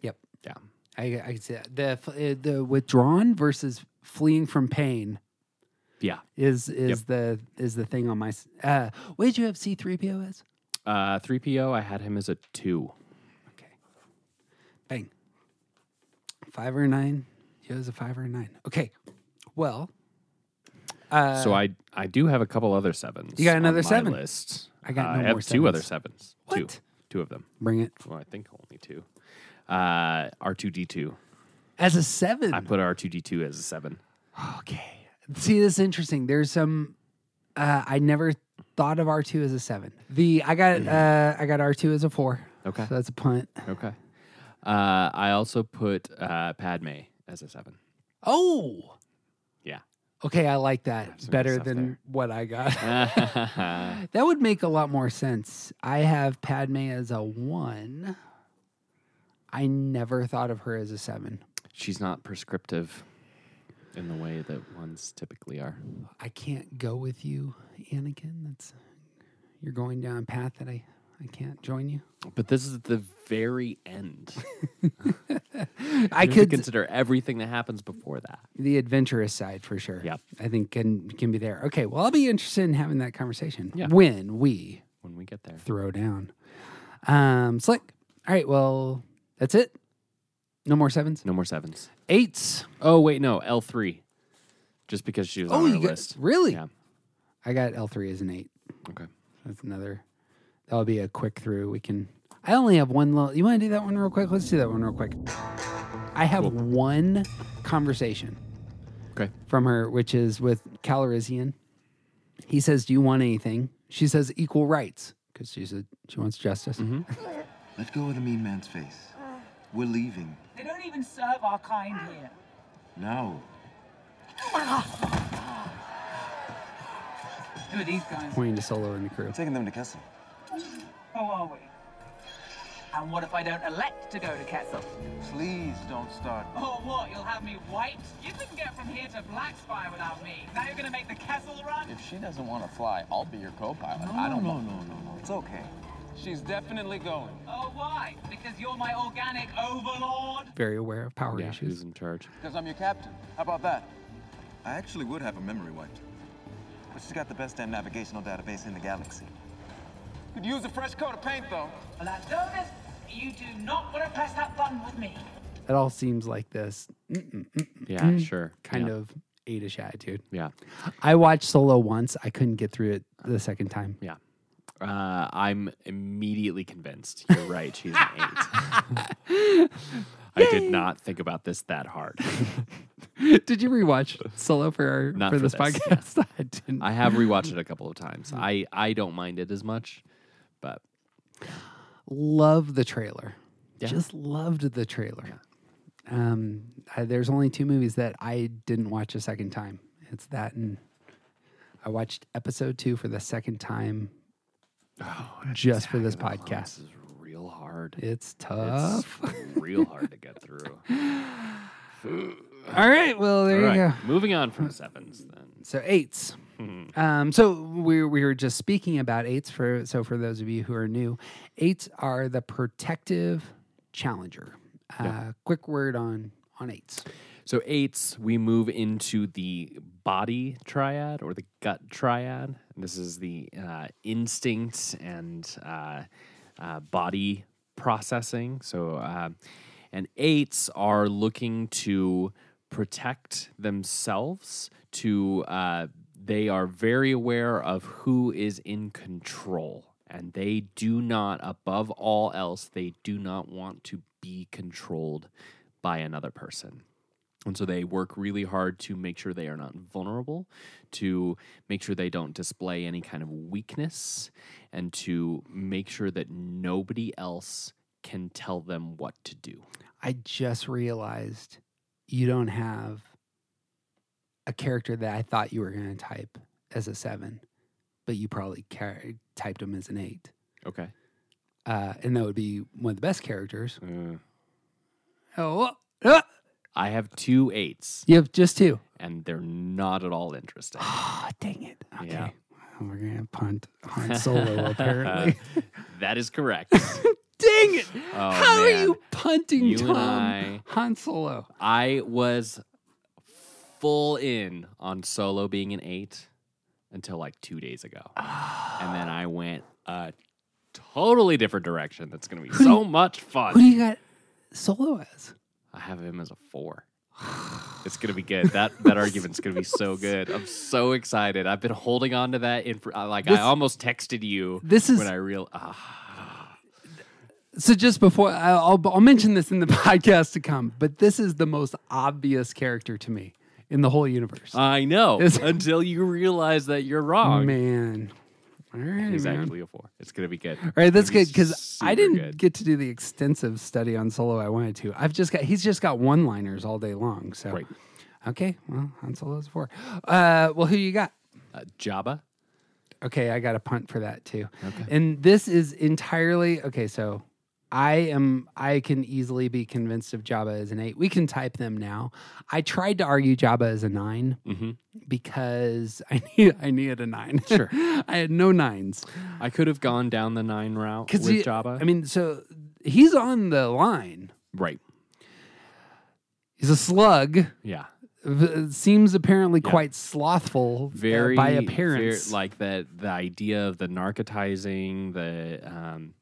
Speaker 1: Yep.
Speaker 2: Yeah.
Speaker 1: I I can see that the f- uh, the withdrawn versus fleeing from pain
Speaker 2: Yeah.
Speaker 1: is is the is the thing on my. s- Uh, what did you have C three PO as?
Speaker 2: Uh, 3PO, I had him as a two.
Speaker 1: Okay. Bang. Five or nine. Yoda's a five or a nine. Okay. Well, uh,
Speaker 2: so I I do have a couple other sevens.
Speaker 1: You got another
Speaker 2: on my
Speaker 1: seven?
Speaker 2: List.
Speaker 1: I got
Speaker 2: Uh,
Speaker 1: no
Speaker 2: I have
Speaker 1: more
Speaker 2: two other
Speaker 1: sevens.
Speaker 2: sevens. Two.
Speaker 1: What?
Speaker 2: Two of them.
Speaker 1: bring it
Speaker 2: Well, I think only two. Uh, R2D2.
Speaker 1: as a seven.
Speaker 2: I put R2D2 as a seven.
Speaker 1: okay. See, this is interesting. There's some. Uh, I never thought of R two as a seven. The I got uh, I got R two as a four.
Speaker 2: Mm-hmm. Okay.
Speaker 1: So that's a punt.
Speaker 2: Okay. Uh, I also put uh, Padme as
Speaker 1: <laughs>
Speaker 2: a seven.
Speaker 1: Oh.
Speaker 2: Yeah.
Speaker 1: Okay, I like that
Speaker 2: some good
Speaker 1: better
Speaker 2: stuff
Speaker 1: than
Speaker 2: there.
Speaker 1: what I got.
Speaker 2: yeah.
Speaker 1: <laughs> that would make a lot more sense. I have Padme as a one. I never thought of her as a seven.
Speaker 2: She's not prescriptive in the way that ones typically are.
Speaker 1: I can't go with you, Anakin. That's you're going down a path that I I can't join you.
Speaker 2: But this is the very end.
Speaker 1: <laughs> I
Speaker 2: You have to
Speaker 1: could
Speaker 2: consider everything that happens before that.
Speaker 1: the adventurous side for sure.
Speaker 2: Yep.
Speaker 1: I think can can be there. Okay, well I'll be interested in having that conversation
Speaker 2: Yeah.
Speaker 1: when we
Speaker 2: When we get there.
Speaker 1: throw down. Um, slick. All right. Well, that's it. No more sevens.
Speaker 2: No more sevens.
Speaker 1: Eights.
Speaker 2: Oh wait, no, L three. Just because she was
Speaker 1: Oh,
Speaker 2: on our
Speaker 1: you got-
Speaker 2: list.
Speaker 1: really?
Speaker 2: Yeah.
Speaker 1: I got L three as an eight.
Speaker 2: Okay.
Speaker 1: That's another. That'll be a quick through. We can. I only have one. Little, you want to do that one real quick? Let's do that one real quick. I have one conversation
Speaker 2: Okay.
Speaker 1: from her, which is with Calrissian. He
Speaker 2: Mm-hmm.
Speaker 1: says, "Do you want anything?" She says, "Equal rights," because she's a she wants justice.
Speaker 11: Let go of the mean man's face. We're leaving.
Speaker 12: They don't even serve our kind here.
Speaker 11: No.
Speaker 12: Who are these guys?
Speaker 1: Pointing to Solo and the crew.
Speaker 11: Taking them to Kessel.
Speaker 12: How are we? And what if I don't elect to go to Kessel?
Speaker 11: Please don't start.
Speaker 12: Or what? You'll have me wiped? You couldn't get from here to Blackspire without me. Now you're gonna make the Kessel run?
Speaker 13: If she doesn't want to fly, I'll be your co-pilot.
Speaker 11: No,
Speaker 13: I don't
Speaker 11: no,
Speaker 13: want-
Speaker 11: no, no, no. It's okay.
Speaker 4: She's definitely going.
Speaker 12: Oh, why? Because you're my organic overlord?
Speaker 1: Very aware of power
Speaker 2: Yeah,
Speaker 1: issues.
Speaker 2: who's in charge?
Speaker 1: Mm,
Speaker 4: Because I'm your captain. How about that?
Speaker 11: I actually would have a memory wiped. But she's got the best damn navigational database in the galaxy.
Speaker 4: Could use a fresh coat of paint, though.
Speaker 12: Well, that's Dovis, you do not want to press that button with me.
Speaker 1: It all seems like this mm-mm, mm-mm,
Speaker 2: Yeah,
Speaker 1: mm,
Speaker 2: sure.
Speaker 1: kind
Speaker 2: Yeah.
Speaker 1: of eight-ish attitude.
Speaker 2: Yeah.
Speaker 1: I watched Solo once. I couldn't get through it the second time.
Speaker 2: Yeah. Uh, I'm immediately convinced. You're right. She's an eight. I did not think about this that hard.
Speaker 1: <laughs> Did you rewatch Solo for our,
Speaker 2: Not
Speaker 1: for,
Speaker 2: for
Speaker 1: this,
Speaker 2: this,
Speaker 1: podcast? <laughs> I didn't.
Speaker 2: I have rewatched it a couple of
Speaker 1: Mm.
Speaker 2: times. I, I don't mind it as much, but
Speaker 1: love the trailer.
Speaker 2: Yeah.
Speaker 1: Just loved the trailer. Um, I, there's only two movies that I didn't watch a second time. It's that and I watched episode two for the second time just for this
Speaker 2: this
Speaker 1: podcast.
Speaker 2: is real hard.
Speaker 1: It's
Speaker 2: It's
Speaker 1: tough.
Speaker 2: real hard to get through.
Speaker 1: All right. Well, <laughs> there
Speaker 2: All
Speaker 1: you
Speaker 2: right,
Speaker 1: go.
Speaker 2: moving on from sevens then.
Speaker 1: So eights. Um, so we we were just speaking about eights for so for those of you who are new, eights are the protective challenger. Uh, Quick word on on eights.
Speaker 2: So eights, we move into the body triad or the gut triad. This is the uh, instinct and uh, uh, body processing. So, uh, and eights are looking to protect themselves. To uh, they are very aware of who is in control, and they do not, above all else, they do not want to be controlled by another person. And so they work really hard to make sure they are not vulnerable, to make sure they don't display any kind of weakness, and to make sure that nobody else can tell them what to do.
Speaker 1: I just realized you don't have a character that I thought you were going to type as a seven, but you probably car- typed him as an eight.
Speaker 2: Okay.
Speaker 1: Uh, and that would be one of the best characters. Oh, oh, oh.
Speaker 2: I have two eights,
Speaker 1: you have just two.
Speaker 2: and they're not at all interesting.
Speaker 1: Oh, dang it. Okay.
Speaker 2: Yeah.
Speaker 1: Well, We're going to punt Han
Speaker 2: <laughs>
Speaker 1: Solo, apparently. <laughs>
Speaker 2: that is correct. oh,
Speaker 1: dang it. How are
Speaker 2: man.
Speaker 1: you punting
Speaker 2: You and
Speaker 1: Tom
Speaker 2: I-
Speaker 1: Han Solo?
Speaker 2: I was full in on Solo being an eight until like two days ago.
Speaker 1: Ah.
Speaker 2: and then I went a totally different direction that's going to be so much fun.
Speaker 1: Who do you got Solo as?
Speaker 2: I have him as a
Speaker 1: <sighs>
Speaker 2: four. It's gonna be good. That that argument's gonna be so good. I'm so excited. I've been holding on to that. Inf- uh, like
Speaker 1: This-
Speaker 2: I almost texted you.
Speaker 1: this is-
Speaker 2: when I real. ah.
Speaker 1: So just before I- I'll, I'll mention this in the <laughs> podcast to come, but this is the most obvious character to me in the whole universe.
Speaker 2: I
Speaker 1: <laughs>
Speaker 2: know
Speaker 1: This-
Speaker 2: until you realize that you're wrong.
Speaker 1: man, all right,
Speaker 2: He's
Speaker 1: man.
Speaker 2: actually a four. It's gonna be good.
Speaker 1: All right, that's
Speaker 2: It's gonna
Speaker 1: good
Speaker 2: be
Speaker 1: because I
Speaker 2: super
Speaker 1: didn't
Speaker 2: good.
Speaker 1: get to do the extensive study on Solo I wanted to. I've just got he's just got one liners all day long. So
Speaker 2: Right.
Speaker 1: okay, well Han Solo's four. Uh, well, who you got?
Speaker 2: uh, Jabba.
Speaker 1: Okay, I got a punt for that too. And this is entirely okay. So I am. I can easily be convinced of Jabba as an eight. We can type them now. I tried to argue Jabba as a 9
Speaker 2: Mm-hmm.
Speaker 1: because <laughs> I need. I needed a nine. Sure. <laughs> I had no nines
Speaker 2: I could have gone down the nine route with
Speaker 1: he-
Speaker 2: Jabba.
Speaker 1: I mean, so he's on the line.
Speaker 2: right.
Speaker 1: He's a slug.
Speaker 2: Yeah.
Speaker 1: v- Seems apparently
Speaker 2: Yeah.
Speaker 1: quite slothful uh,
Speaker 2: Very
Speaker 1: by
Speaker 2: very-
Speaker 1: appearance.
Speaker 2: like that. The idea of the narcotizing, the um,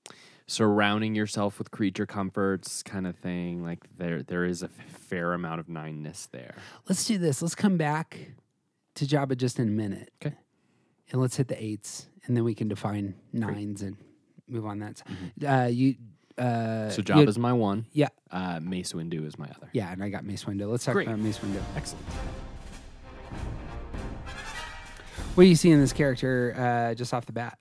Speaker 2: surrounding yourself with creature comforts, kind of thing. Like there, there is a fair amount of nineness there.
Speaker 1: Let's do this. Let's come back to Jabba just in a minute.
Speaker 2: 'Kay.
Speaker 1: And let's hit the eights, and then we can define nines and move on that. Uh, you. Uh,
Speaker 2: So
Speaker 1: you-
Speaker 2: Jabba's my one.
Speaker 1: Yeah.
Speaker 2: Uh, Mace Windu is my other.
Speaker 1: Yeah, and I got Mace Window. Let's talk
Speaker 2: Great.
Speaker 1: about Mace Window.
Speaker 2: Excellent.
Speaker 1: What do you see in this character uh, just off the bat?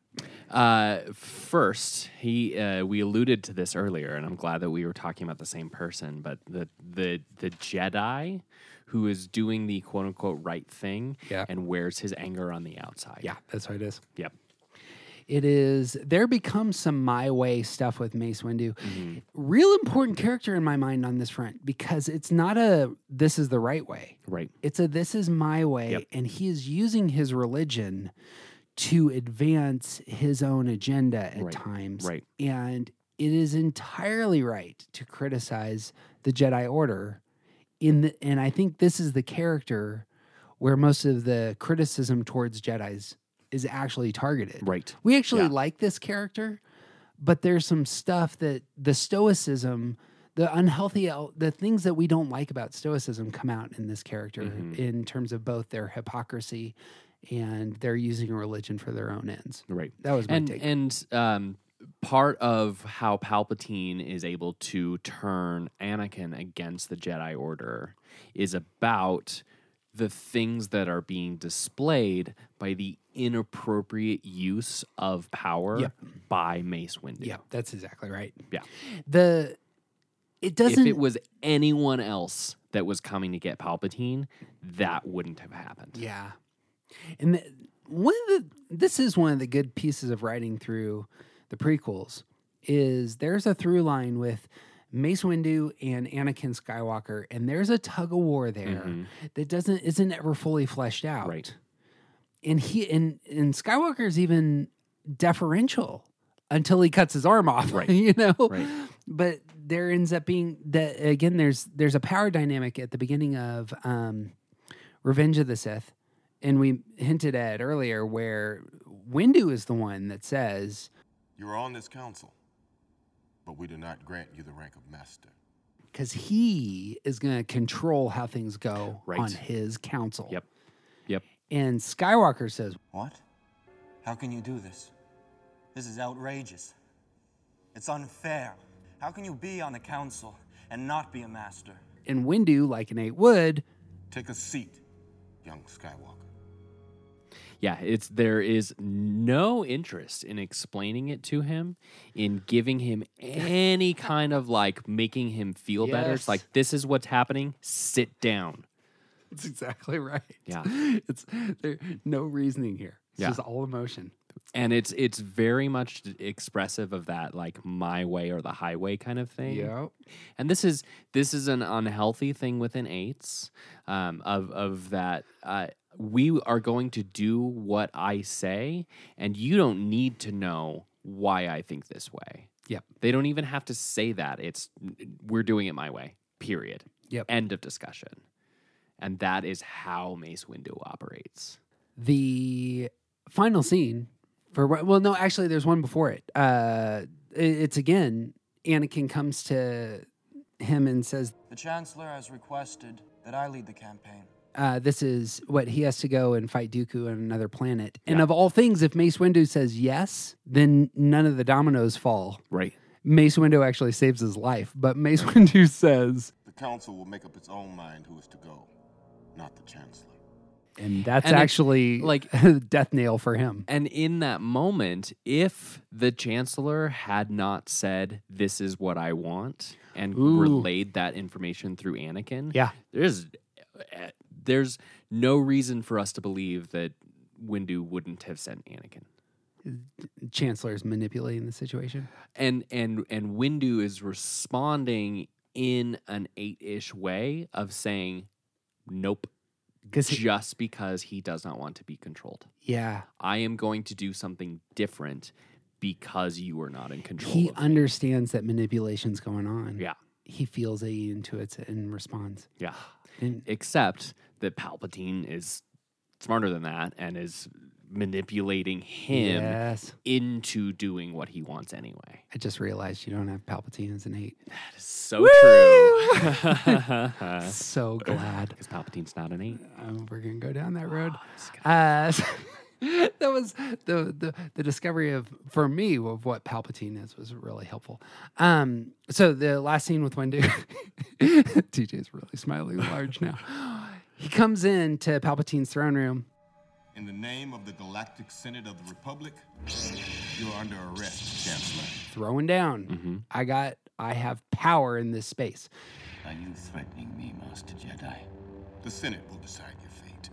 Speaker 2: Uh, first, he uh, we alluded to this earlier, and I'm glad that we were talking about the same person. But the the the Jedi who is doing the quote unquote right thing
Speaker 1: Yeah.
Speaker 2: and wears his anger on the outside.
Speaker 1: Yeah, that's what it is.
Speaker 2: Yep.
Speaker 1: It is there becomes some my way stuff with Mace Windu. Real important character in my mind on this front because it's not a this is the right way.
Speaker 2: Right.
Speaker 1: It's a this is my way and he is using his religion to advance his own agenda at
Speaker 2: Right,
Speaker 1: times.
Speaker 2: right.
Speaker 1: And it is entirely right to criticize the Jedi Order in the, and I think this is the character where most of the criticism towards Jedi's is actually targeted.
Speaker 2: Right.
Speaker 1: We actually
Speaker 2: Yeah.
Speaker 1: like this character, but there's some stuff that the stoicism, the unhealthy, el- the things that we don't like about stoicism come out in this character
Speaker 2: Mhm.
Speaker 1: in terms of both their hypocrisy and their using religion for their own ends.
Speaker 2: Right.
Speaker 1: That was my
Speaker 2: and,
Speaker 1: take.
Speaker 2: And um, part of how Palpatine is able to turn Anakin against the Jedi Order is about the things that are being displayed by the inappropriate use of power
Speaker 1: Yep.
Speaker 2: by Mace Windu.
Speaker 1: yeah, that's exactly right.
Speaker 2: Yeah.
Speaker 1: The it doesn't
Speaker 2: if it was anyone else that was coming to get Palpatine, that wouldn't have happened.
Speaker 1: Yeah. And the, one of the this is one of the good pieces of writing through the prequels is there's a through line with Mace Windu and Anakin Skywalker and there's a tug of war there that doesn't isn't ever fully fleshed out. Right. And he and and Skywalker's even deferential until he cuts his arm off, <laughs>
Speaker 2: Right.
Speaker 1: you know.
Speaker 2: Right.
Speaker 1: But there ends up being that again there's there's a power dynamic at the beginning of um Revenge of the Sith, and we hinted at earlier where Windu is the one that says,
Speaker 14: You are on this council, but we do not grant you the rank of master.
Speaker 1: because he is going to control how things go
Speaker 14: Right.
Speaker 1: on his council. Yep.
Speaker 2: Yep.
Speaker 1: And Skywalker says,
Speaker 15: What? How can you do this? This is outrageous. It's unfair. How can you be on the council and not be a master?
Speaker 1: and Windu, like an eight would,
Speaker 14: Take a seat, young Skywalker.
Speaker 2: yeah it's there is no interest in explaining it to him in giving him any kind of like making him feel better
Speaker 1: Yes.
Speaker 2: it's like this is what's happening sit down
Speaker 1: That's exactly right.
Speaker 2: Yeah.
Speaker 1: <laughs> It's there, no reasoning here. It's
Speaker 2: Yeah.
Speaker 1: just all emotion.
Speaker 2: and it's it's very much expressive of that like my way or the highway kind of thing
Speaker 1: Yep.
Speaker 2: and this is this is an unhealthy thing within eights um, of of that uh, we are going to do what i say and you don't need to know why i think this way
Speaker 1: Yep.
Speaker 2: They don't even have to say that. It's we're doing it my way. Period.
Speaker 1: Yep.
Speaker 2: End of discussion. And that is how Mace Windu operates.
Speaker 1: the final scene for what well no actually there's one before it uh i- it's again anakin comes to him and says
Speaker 15: The Chancellor has requested that I lead the campaign.
Speaker 1: uh, this is what he has to go and fight Dooku on another planet. And of all things, if Mace Windu says yes, then none of the dominoes fall.
Speaker 2: Right.
Speaker 1: Mace Windu actually saves his life, but Mace <laughs> Windu says,
Speaker 14: The council will make up its own mind who is to go, not the chancellor.
Speaker 1: and that's
Speaker 2: And it's
Speaker 1: actually
Speaker 2: like-
Speaker 1: <laughs> death nail for him.
Speaker 2: And in that moment, if the chancellor had not said, This is what I want, and
Speaker 1: Ooh.
Speaker 2: relayed that information through Anakin,
Speaker 1: Yeah.
Speaker 2: there's eh, there's no reason for us to believe that Windu wouldn't have sent Anakin.
Speaker 1: Chancellor's manipulating the situation.
Speaker 2: and and and Windu is responding in an eight-ish way of saying, "Nope,"
Speaker 1: 'Cause he-
Speaker 2: just because he does not want to be controlled.
Speaker 1: Yeah.
Speaker 2: I am going to do something different because you are not in control.
Speaker 1: He
Speaker 2: of me."
Speaker 1: understands that manipulation's going on.
Speaker 2: Yeah.
Speaker 1: He feels it, he intuits it, and responds.
Speaker 2: yeah.
Speaker 1: And-
Speaker 2: Except that Palpatine is smarter than that and is manipulating him
Speaker 1: Yes.
Speaker 2: into doing what he wants anyway.
Speaker 1: I just realized you don't have Palpatine as an eight.
Speaker 2: That is So
Speaker 1: <laughs>
Speaker 2: true.
Speaker 1: so glad.
Speaker 2: <laughs> Because Palpatine's not an eight.
Speaker 1: Um, we're gonna go down that road.
Speaker 2: Ah,
Speaker 1: Uh, <laughs> so- that was the, the the discovery of for me of what Palpatine is was really helpful. Um, so the last scene with <laughs> Windu, TJ's really smiling large
Speaker 2: <laughs>
Speaker 1: now. He comes in to Palpatine's throne room.
Speaker 14: In the name of the Galactic Senate of the Republic, You're under arrest, Chancellor.
Speaker 1: Throwing down. I got, I have power in this space.
Speaker 5: Are you threatening me, Master Jedi?
Speaker 14: The Senate will decide your fate.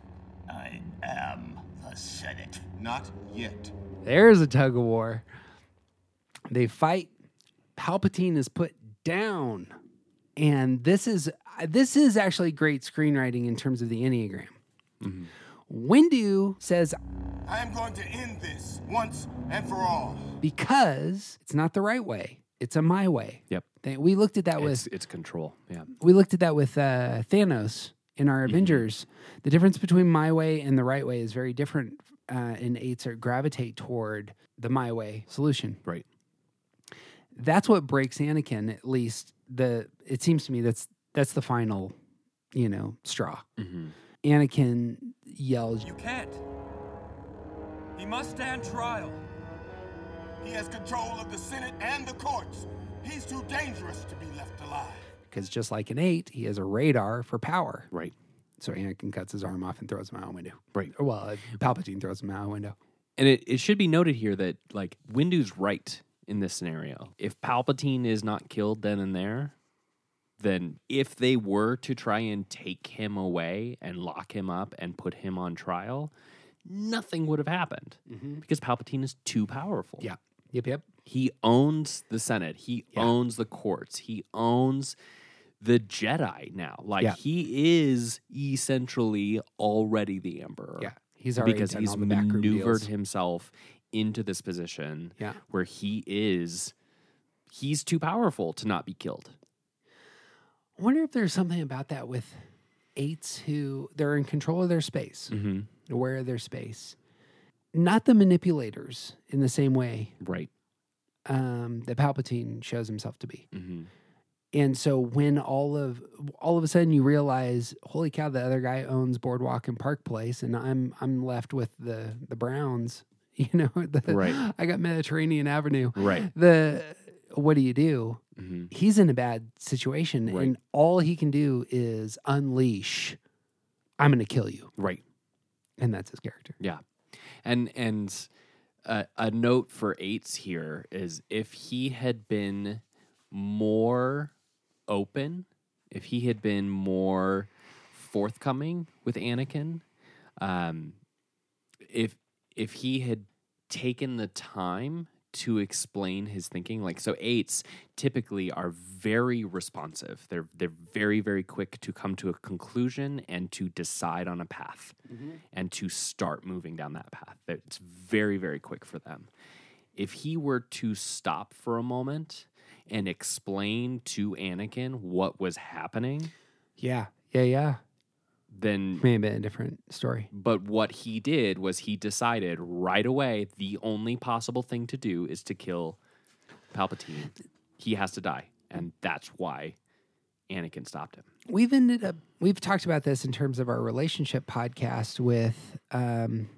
Speaker 5: I am the Senate.
Speaker 14: Not yet.
Speaker 1: There's a tug of war. They fight. Palpatine is put down, and this is this is actually great screenwriting in terms of the enneagram. Windu says
Speaker 14: I am going to end this once and for all.
Speaker 1: because it's not the right way; it's a my way.
Speaker 2: Yep.
Speaker 1: They- we looked at that
Speaker 2: It's,
Speaker 1: with
Speaker 2: it's control. Yeah.
Speaker 1: we looked at that with uh, Thanos in our
Speaker 2: Mm-hmm.
Speaker 1: Avengers. The difference between my way and the right way is very different, uh, and eights are gravitate toward the my way solution.
Speaker 2: Right.
Speaker 1: That's what breaks Anakin. At least the it seems to me that's that's the final, you know, straw. Anakin yells,
Speaker 15: You can't. He must stand trial.
Speaker 14: He has control of the Senate and the courts. He's too dangerous to be left alive.
Speaker 1: because just like an eight, he has a radar for power.
Speaker 2: Right.
Speaker 1: So Anakin cuts his arm off and throws him out a window.
Speaker 2: Right.
Speaker 1: Or, well, uh, Palpatine throws him out a window.
Speaker 2: And it, it should be noted here that like Windu's right in this scenario. If Palpatine is not killed then and there, then if they were to try and take him away and lock him up and put him on trial, nothing would have happened because Palpatine is too powerful.
Speaker 1: Yeah. Yep. Yep.
Speaker 2: He owns the Senate. He owns the courts. He owns the Jedi now. Like
Speaker 1: Yeah.
Speaker 2: he is essentially already the Emperor.
Speaker 1: Yeah. He's already
Speaker 2: because
Speaker 1: done
Speaker 2: he's
Speaker 1: all the backroom
Speaker 2: maneuvered
Speaker 1: deals.
Speaker 2: himself into this position
Speaker 1: Yeah.
Speaker 2: where he is he's too powerful to not be killed.
Speaker 1: I wonder if there's something about that with eights who they're in control of their space, aware of their space, not the manipulators in the same way
Speaker 2: Right.
Speaker 1: um, that Palpatine shows himself to be.
Speaker 2: Mm-hmm.
Speaker 1: And so when all of all of a sudden you realize, holy cow, the other guy owns Boardwalk and Park Place, and I'm I'm left with the the Browns. <laughs> You know, the,
Speaker 2: Right.
Speaker 1: I got Mediterranean Avenue.
Speaker 2: Right. <gasps> Mm-hmm.
Speaker 1: The what do you do? He's in a bad situation, and all he can do is unleash. I'm going to kill you,
Speaker 2: Right.
Speaker 1: and that's his character.
Speaker 2: Yeah, and and uh, a note for eights here is if he had been more open, if he had been more forthcoming with Anakin, um, if if he had taken the time to explain his thinking like so eights typically are very responsive they're they're very very quick to come to a conclusion and to decide on a path and to start moving down that path That- it's very very quick for them if he were to stop for a moment and explain to Anakin what was happening
Speaker 1: Yeah, yeah, yeah.
Speaker 2: then
Speaker 1: May have been a different story.
Speaker 2: but what he did was he decided right away the only possible thing to do is to kill Palpatine. He has to die. And that's why Anakin stopped him.
Speaker 1: we've ended up we've talked about this in terms of our relationship podcast with um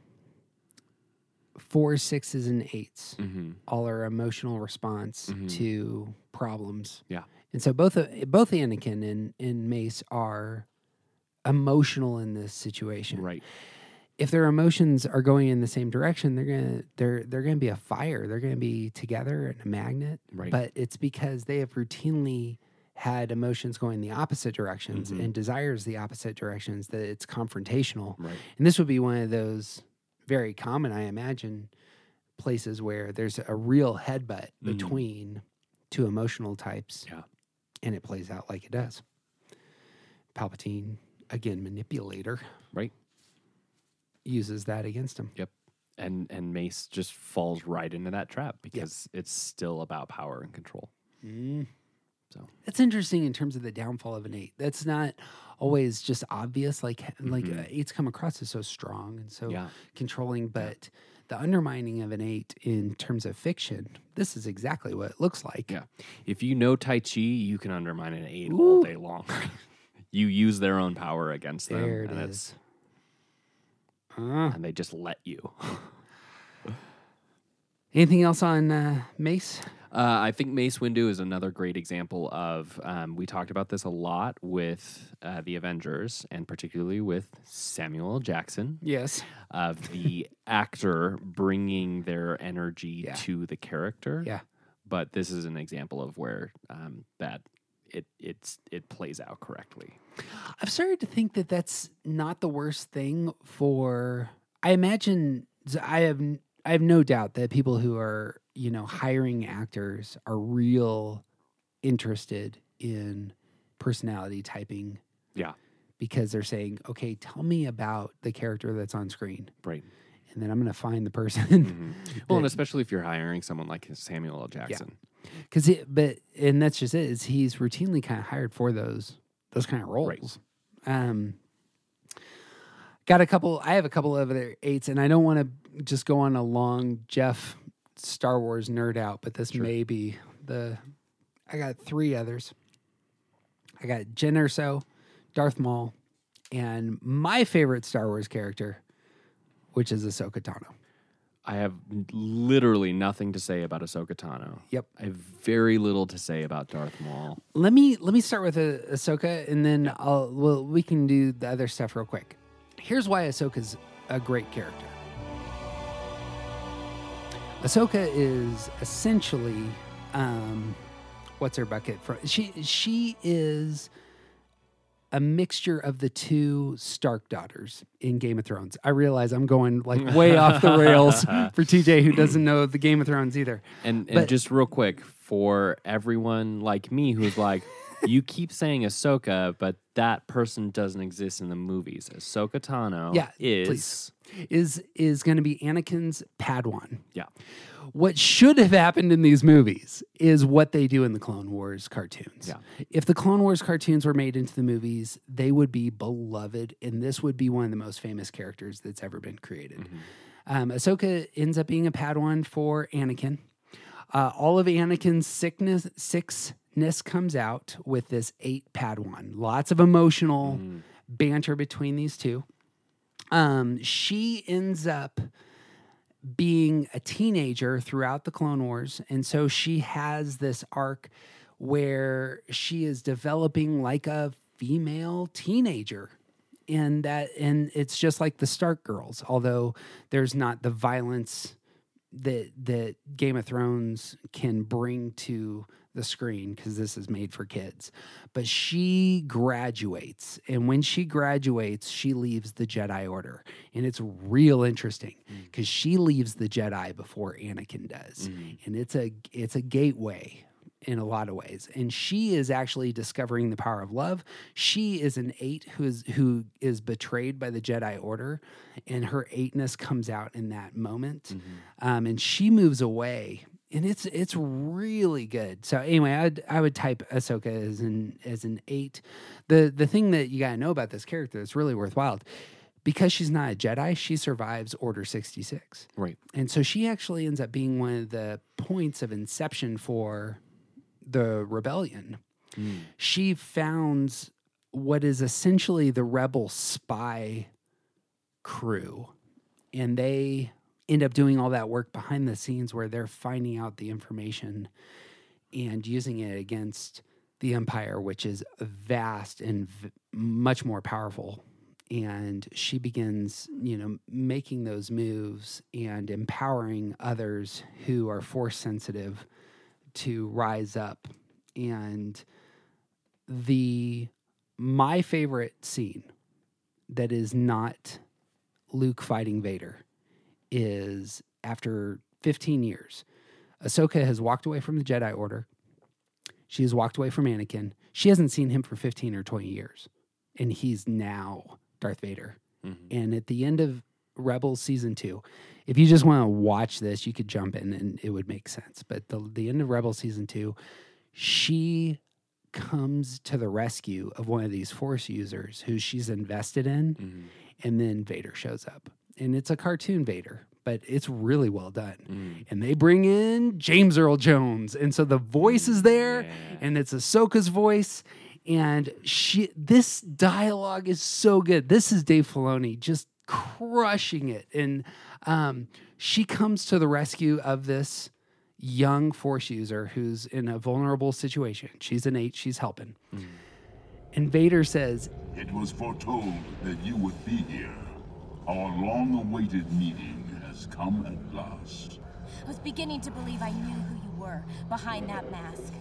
Speaker 1: four sixes and 8s all our emotional response to problems
Speaker 2: Yeah.
Speaker 1: and so both uh, both anakin and and mace are emotional in this situation
Speaker 2: Right.
Speaker 1: if their emotions are going in the same direction they're gonna they're they're gonna be a fire they're gonna be together and a magnet
Speaker 2: Right.
Speaker 1: but it's because they have routinely had emotions going the opposite directions and desires the opposite directions that it's confrontational
Speaker 2: Right.
Speaker 1: and this would be one of those very common i imagine places where there's a real headbutt between two emotional types
Speaker 2: Mm. Yeah.
Speaker 1: and it plays out like it does palpatine again manipulator
Speaker 2: Right.
Speaker 1: uses that against him
Speaker 2: Yep. And and Mace just falls right into that trap because it's still about power and control. So
Speaker 1: That's interesting in terms of the downfall of an eight. That's not always just obvious. Like like uh, eights come across as so strong and so
Speaker 2: Mm-hmm. Yeah.
Speaker 1: controlling, but the undermining of an eight in terms of fiction, this is exactly what it looks like.
Speaker 2: yeah. If you know Tai Chi, you can undermine an eight all day long. <laughs> you use their own power against them.
Speaker 1: There it
Speaker 2: and
Speaker 1: is. Uh,
Speaker 2: it's- and they just let you.
Speaker 1: Anything else on uh, Mace?
Speaker 2: Uh, I think Mace Windu is another great example of. Um, we talked about this a lot with uh, the Avengers, and particularly with Samuel L. Jackson.
Speaker 1: Yes.
Speaker 2: Of
Speaker 1: <laughs>
Speaker 2: the actor bringing their energy
Speaker 1: Yeah.
Speaker 2: to the character.
Speaker 1: Yeah.
Speaker 2: But this is an example of where um, that it it's it plays out correctly.
Speaker 1: I've started to think that that's not the worst thing for. I imagine I have I have no doubt that people who are you know hiring actors are real interested in personality typing
Speaker 2: Yeah.
Speaker 1: because they're saying, okay, tell me about the character that's on screen, <laughs>
Speaker 2: right? Mm-hmm.
Speaker 1: And then I'm going to find the person. <laughs>
Speaker 2: Well,
Speaker 1: that-
Speaker 2: and especially if you're hiring someone like Samuel L. Jackson.
Speaker 1: Because it, but and that's just it. Is he's routinely kind of hired for those those kind of roles. Um, got a couple. I have a couple of other eights, and I don't want to just go on a long Jeff Star Wars nerd out, but this may be the. I got three others. I got Jen Erso, Darth Maul, and my favorite Star Wars character, which is Ahsoka Tano.
Speaker 2: I have literally nothing to say about Ahsoka Tano.
Speaker 1: Yep.
Speaker 2: I have very little to say about Darth Maul.
Speaker 1: Let me let me start with uh, Ahsoka, and then I'll well we can do the other stuff real quick. Here's why Ahsoka's a great character. Ahsoka is essentially, um, what's her bucket from? She she is a mixture of the two Stark daughters in Game of Thrones. I realize I'm going like way off the rails for TJ who doesn't know the Game of Thrones either.
Speaker 2: And and
Speaker 1: But-
Speaker 2: just real quick for everyone like me who's like,
Speaker 1: <laughs>
Speaker 2: you keep saying Ahsoka, but that person doesn't exist in the movies. Ahsoka Tano
Speaker 1: yeah,
Speaker 2: is
Speaker 1: please. is is going to be Anakin's Padawan.
Speaker 2: yeah.
Speaker 1: what should have happened in these movies is what they do in the Clone Wars cartoons. If the Clone Wars cartoons were made into the movies, they would be beloved, and this would be one of the most famous characters that's ever been created. Um, Ahsoka ends up being a Padawan for Anakin. Uh, all of Anakin's sickness, sickness comes out with this eight Padawan. Lots of emotional banter between these two. Um, she ends up being a teenager throughout the Clone Wars. And so she has this arc where she is developing like a female teenager. And that and it's just like the Stark girls, although there's not the violence that that Game of Thrones can bring to the screen because this is made for kids. But she graduates, and when she graduates, she leaves the Jedi Order, and it's real interesting because she leaves the Jedi before Anakin does, and it's a it's a gateway in a lot of ways and she is actually discovering the power of love she is an eight who is who is betrayed by the jedi order and her eightness comes out in that moment um, and she moves away and it's it's really good so anyway I'd, i would type ahsoka as an as an eight the the thing that you gotta know about this character that's really worthwhile because she's not a jedi she survives order 66
Speaker 2: Right.
Speaker 1: and so she actually ends up being one of the points of inception for the rebellion. She founds what is essentially the rebel spy crew. And they end up doing all that work behind the scenes where they're finding out the information and using it against the empire, which is vast and v- much more powerful. And she begins, you know, making those moves and empowering others who are force sensitive to rise up. And the my favorite scene that is not Luke fighting Vader is after 15 years, Ahsoka has walked away from the Jedi Order. She has walked away from Anakin. She hasn't seen him for 15 or 20 years. And he's now Darth Vader. And at the end of Rebels season two, if you just want to watch this, you could jump in and it would make sense. But the, the end of Rebels season two, she comes to the rescue of one of these force users who she's invested in.
Speaker 2: Mm-hmm.
Speaker 1: And then Vader shows up. And it's a cartoon Vader, but it's really well done
Speaker 2: Mm-hmm.
Speaker 1: and they bring in James Earl Jones. And so the voice is there, and it's Ahsoka's voice. And she, this dialogue is so good. This is Dave Filoni just crushing it. And um, she comes to the rescue of this young force user who's in a vulnerable situation. She's an eight, she's helping. And Vader says,
Speaker 16: It was foretold that you would be here. Our long awaited meeting has come at last.
Speaker 17: I was beginning to believe I knew who you were behind that mask,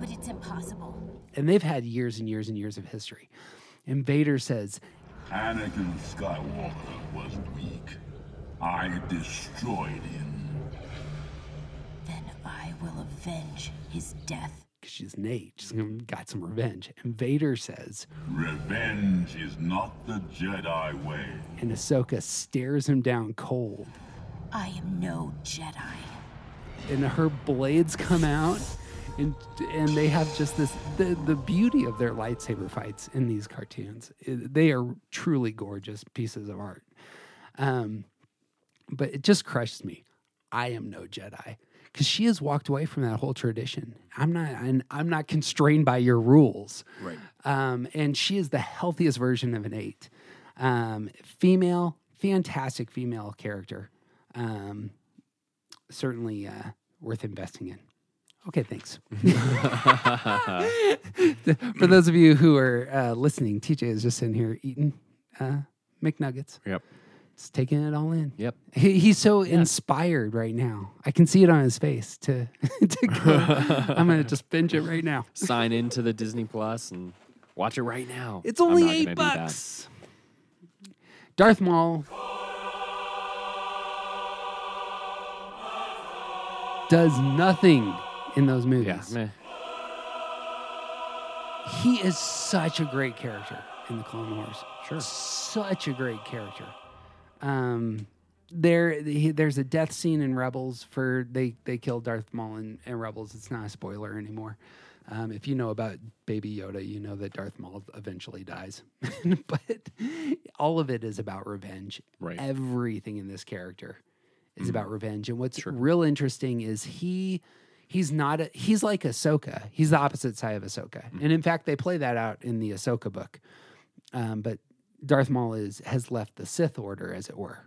Speaker 17: but it's impossible.
Speaker 1: and they've had years and years and years of history. And Vader says,
Speaker 16: Anakin Skywalker was weak. I destroyed him.
Speaker 17: I will avenge his death.
Speaker 1: because she's an eight, she's gonna- got some revenge. And Vader says,
Speaker 16: Revenge is not the Jedi way.
Speaker 1: and Ahsoka stares him down cold.
Speaker 17: I am no Jedi.
Speaker 1: and her blades come out and and they have just this the, the beauty of their lightsaber fights in these cartoons I- they are truly gorgeous pieces of art um, but it just crushes me i am no jedi because she has walked away from that whole tradition i'm not I'm, I'm not constrained by your rules
Speaker 2: Right.
Speaker 1: um, and she is the healthiest version of an eight. Um, female, fantastic female character. Um, certainly uh, worth investing in. Okay,
Speaker 2: <laughs>
Speaker 1: thanks. <laughs> For those of you who are uh, listening, TJ is just in here eating uh, McNuggets.
Speaker 2: Yep.
Speaker 1: Just taking it all in.
Speaker 2: Yep.
Speaker 1: He, he's so inspired right now. I can see it on his face. To, <laughs> to
Speaker 2: <laughs>
Speaker 1: go. I'm gonna just binge it right now.
Speaker 2: Sign into the Disney Plus and watch it right now.
Speaker 1: <laughs> It's
Speaker 2: I'm
Speaker 1: only
Speaker 2: not
Speaker 1: eight
Speaker 2: gonna do that.
Speaker 1: bucks. Darth Maul does nothing in those movies. He is such a great character in the Clone Wars. Sure. Such a great character. Um, there, he, there's a death scene in Rebels for they they kill Darth Maul in, in Rebels. It's not a spoiler anymore. Um, if you know about Baby Yoda, you know that Darth Maul eventually dies. <laughs> but all of it is about revenge.
Speaker 2: Right.
Speaker 1: Everything in this character is about revenge. And what's real interesting is he he's not a, he's like Ahsoka. He's the opposite side of Ahsoka. And in fact, they play that out in the Ahsoka book. Um, but Darth Maul is has left the Sith Order, as it were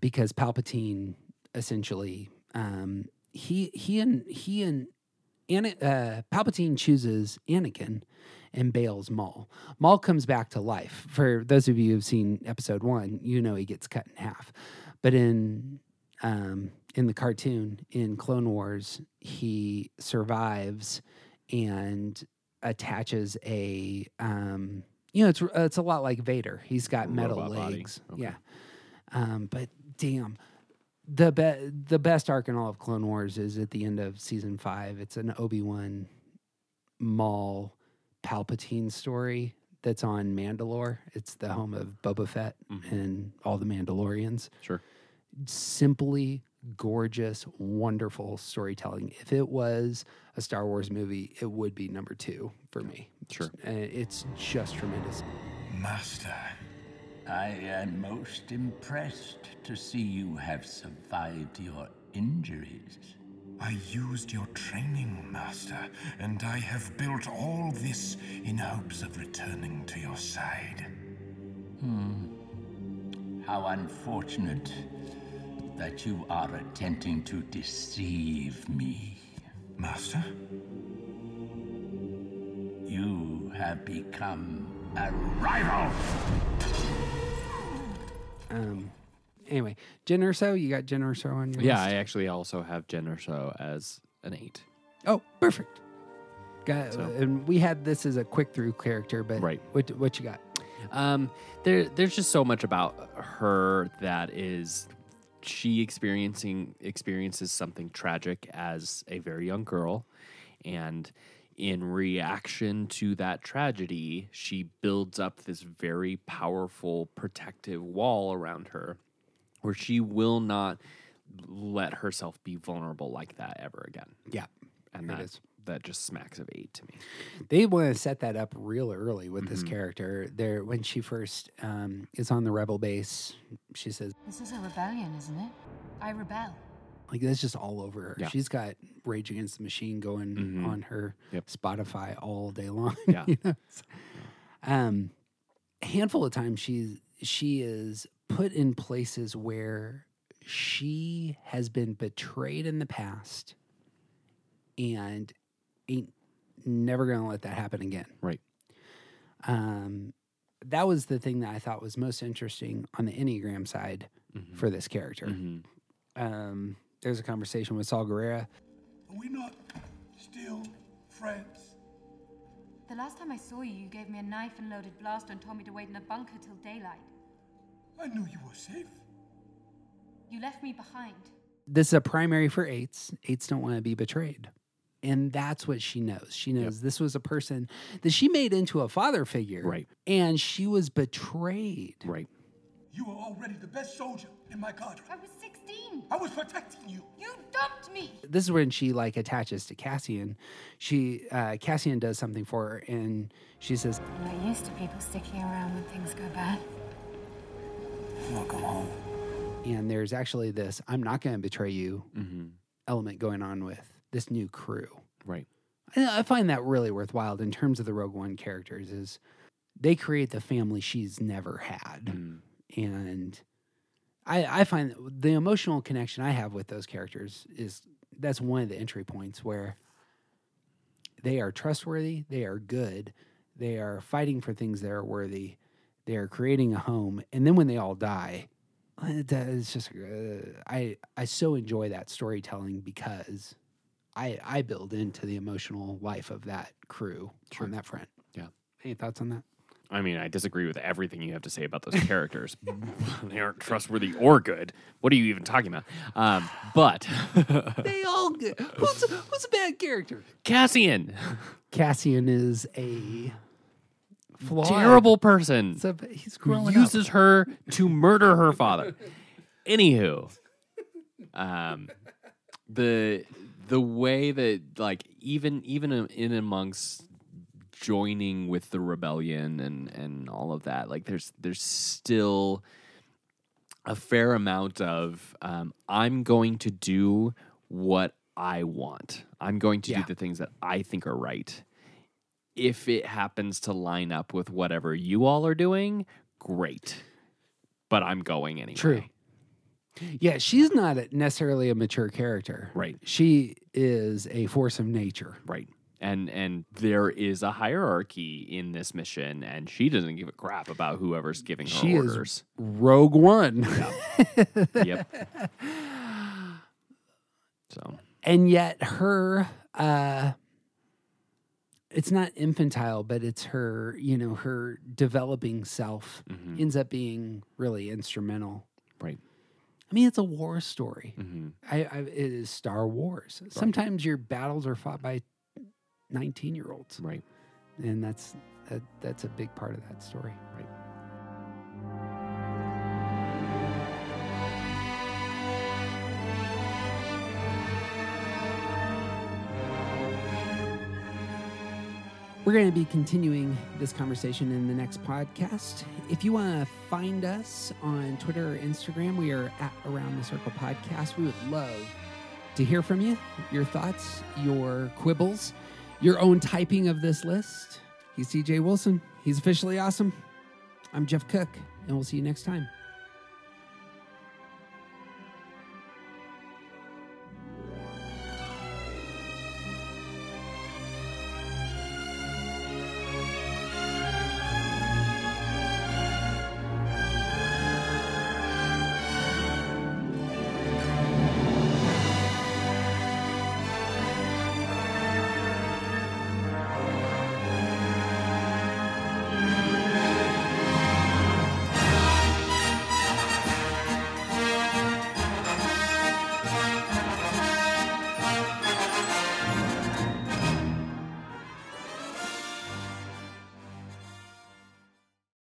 Speaker 1: because Palpatine essentially um, he he and he and Ana- uh, Palpatine chooses Anakin and bails Maul. Maul comes back to life. For those of you who've seen Episode One, you know he gets cut in half. But in um, in the cartoon in Clone Wars, he survives and attaches a um, you know it's it's a lot like Vader. He's got metal
Speaker 2: Robot body.
Speaker 1: legs. Yeah. Um, but damn, the be- the best arc in all of Clone Wars is at the end of season five. It's an Obi Wan, Maul, Palpatine story that's on Mandalore. It's the home of Boba Fett and all the Mandalorians.
Speaker 2: Mm-hmm. Sure.
Speaker 1: Simply gorgeous, wonderful storytelling. If it was a Star Wars movie, it would be number two for me. Uh,
Speaker 2: Sure.
Speaker 1: It's just tremendous.
Speaker 5: Master,
Speaker 6: I am most impressed to see you have survived your injuries.
Speaker 5: I used your training, Master, and I have built all this in hopes of returning to your side.
Speaker 6: Hmm. How unfortunate that you are attempting to deceive me.
Speaker 5: Master?
Speaker 6: You have become a rival!
Speaker 1: Um, anyway, Jen Urso, you got Jen Urso on your
Speaker 2: Yeah,
Speaker 1: list?
Speaker 2: I actually also have Jen or so as an eight.
Speaker 1: Oh, perfect. Got,
Speaker 2: So-
Speaker 1: And we had this as a quick through character, but
Speaker 2: Right.
Speaker 1: what, what you got?
Speaker 2: Um, there, there's just so much about her that is she experiencing experiences something tragic as a very young girl, and in reaction to that tragedy, she builds up this very powerful protective wall around her, where she will not let herself be vulnerable like that ever again.
Speaker 1: Yeah,
Speaker 2: and that that just smacks of eight to me.
Speaker 1: They want to set that up real early with
Speaker 2: Mm-hmm.
Speaker 1: this character. There, when she first um, is on the rebel base, she says,
Speaker 7: This is a rebellion, isn't it? I rebel.
Speaker 1: like that's just all over her.
Speaker 2: Yeah.
Speaker 1: She's got Rage Against the Machine going
Speaker 2: Mhm.
Speaker 1: on her Spotify all day long. <laughs>
Speaker 2: Yeah.
Speaker 1: you know? Um, a handful of times she's she is put in places where she has been betrayed in the past and ain't never going to let that happen again.
Speaker 2: Right.
Speaker 1: Um, that was the thing that I thought was most interesting on the Enneagram side for this character. Um, there's a conversation with Saul Guerrera.
Speaker 8: Are we not still friends?
Speaker 18: The last time I saw you, you gave me a knife and loaded blast and told me to wait in a bunker till daylight.
Speaker 8: I knew you were safe.
Speaker 18: You left me behind.
Speaker 1: This is a primary for eights. Eights don't want to be betrayed. And that's what she knows. She knows this was a person that she made into a father figure. Right. And she was betrayed.
Speaker 2: Right.
Speaker 8: You were already the best soldier in my cadre.
Speaker 18: I was 16.
Speaker 8: I was protecting you.
Speaker 18: You dumped me.
Speaker 1: this is when she like attaches to Cassian. She uh, Cassian does something for her, and she says,
Speaker 7: I'm not used to people sticking around when things go bad.
Speaker 1: "Welcome home." And there's actually this "I'm not going to betray you" element going on with this new crew.
Speaker 2: Right.
Speaker 1: I I find that really worthwhile in terms of the Rogue One characters. Is they create the family she's never had, and I, I find that the emotional connection I have with those characters is that's one of the entry points where they are trustworthy, they are good, they are fighting for things that are worthy, they are creating a home, and then when they all die, it- it's just uh, I I so enjoy that storytelling because I I build into the emotional life of that crew on that front.
Speaker 2: Yeah.
Speaker 1: Any thoughts on that?
Speaker 2: I mean, I disagree with everything you have to say about those characters. <laughs> they aren't trustworthy or good. What are you even talking about? Um, but
Speaker 1: <laughs>
Speaker 2: <laughs>
Speaker 1: They all good. What's a, what's a bad character?
Speaker 2: Cassian,
Speaker 1: Cassian is a flawed.
Speaker 2: terrible person,
Speaker 1: It's a- he's growing up.
Speaker 2: uses her to murder her father. Anywho, um, the the way that like even even in amongst joining with the rebellion and and all of that, like there's there's still a fair amount of um, I'm going to do what I want. I'm going to do the things that I think are right. If it happens to line up with whatever you all are doing, great. But I'm going anyway.
Speaker 1: True. Yeah, she's not a- necessarily a mature character.
Speaker 2: Right.
Speaker 1: She is a force of nature.
Speaker 2: Right. And and there is a hierarchy in this mission, and she doesn't give a crap about whoever's giving her
Speaker 1: She
Speaker 2: orders.
Speaker 1: is Rogue One. <laughs>
Speaker 2: yep. So
Speaker 1: and yet her uh it's not infantile but it's her you know her developing self
Speaker 2: Mm-hmm.
Speaker 1: ends up being really instrumental
Speaker 2: right
Speaker 1: i mean it's a war story
Speaker 2: Mhm.
Speaker 1: I, I it is star wars sometimes your battles are fought by 19 year olds
Speaker 2: right
Speaker 1: and that's that, that's a big part of that story
Speaker 2: right
Speaker 1: We're going to be continuing this conversation in the next podcast. If you want to find us on Twitter or Instagram, we are at Around the Circle Podcast. We would love to hear from you, your thoughts, your quibbles, your own typing of this list. He's TJ Wilson. He's officially awesome. I'm Jeff Cook, and we'll see you next time.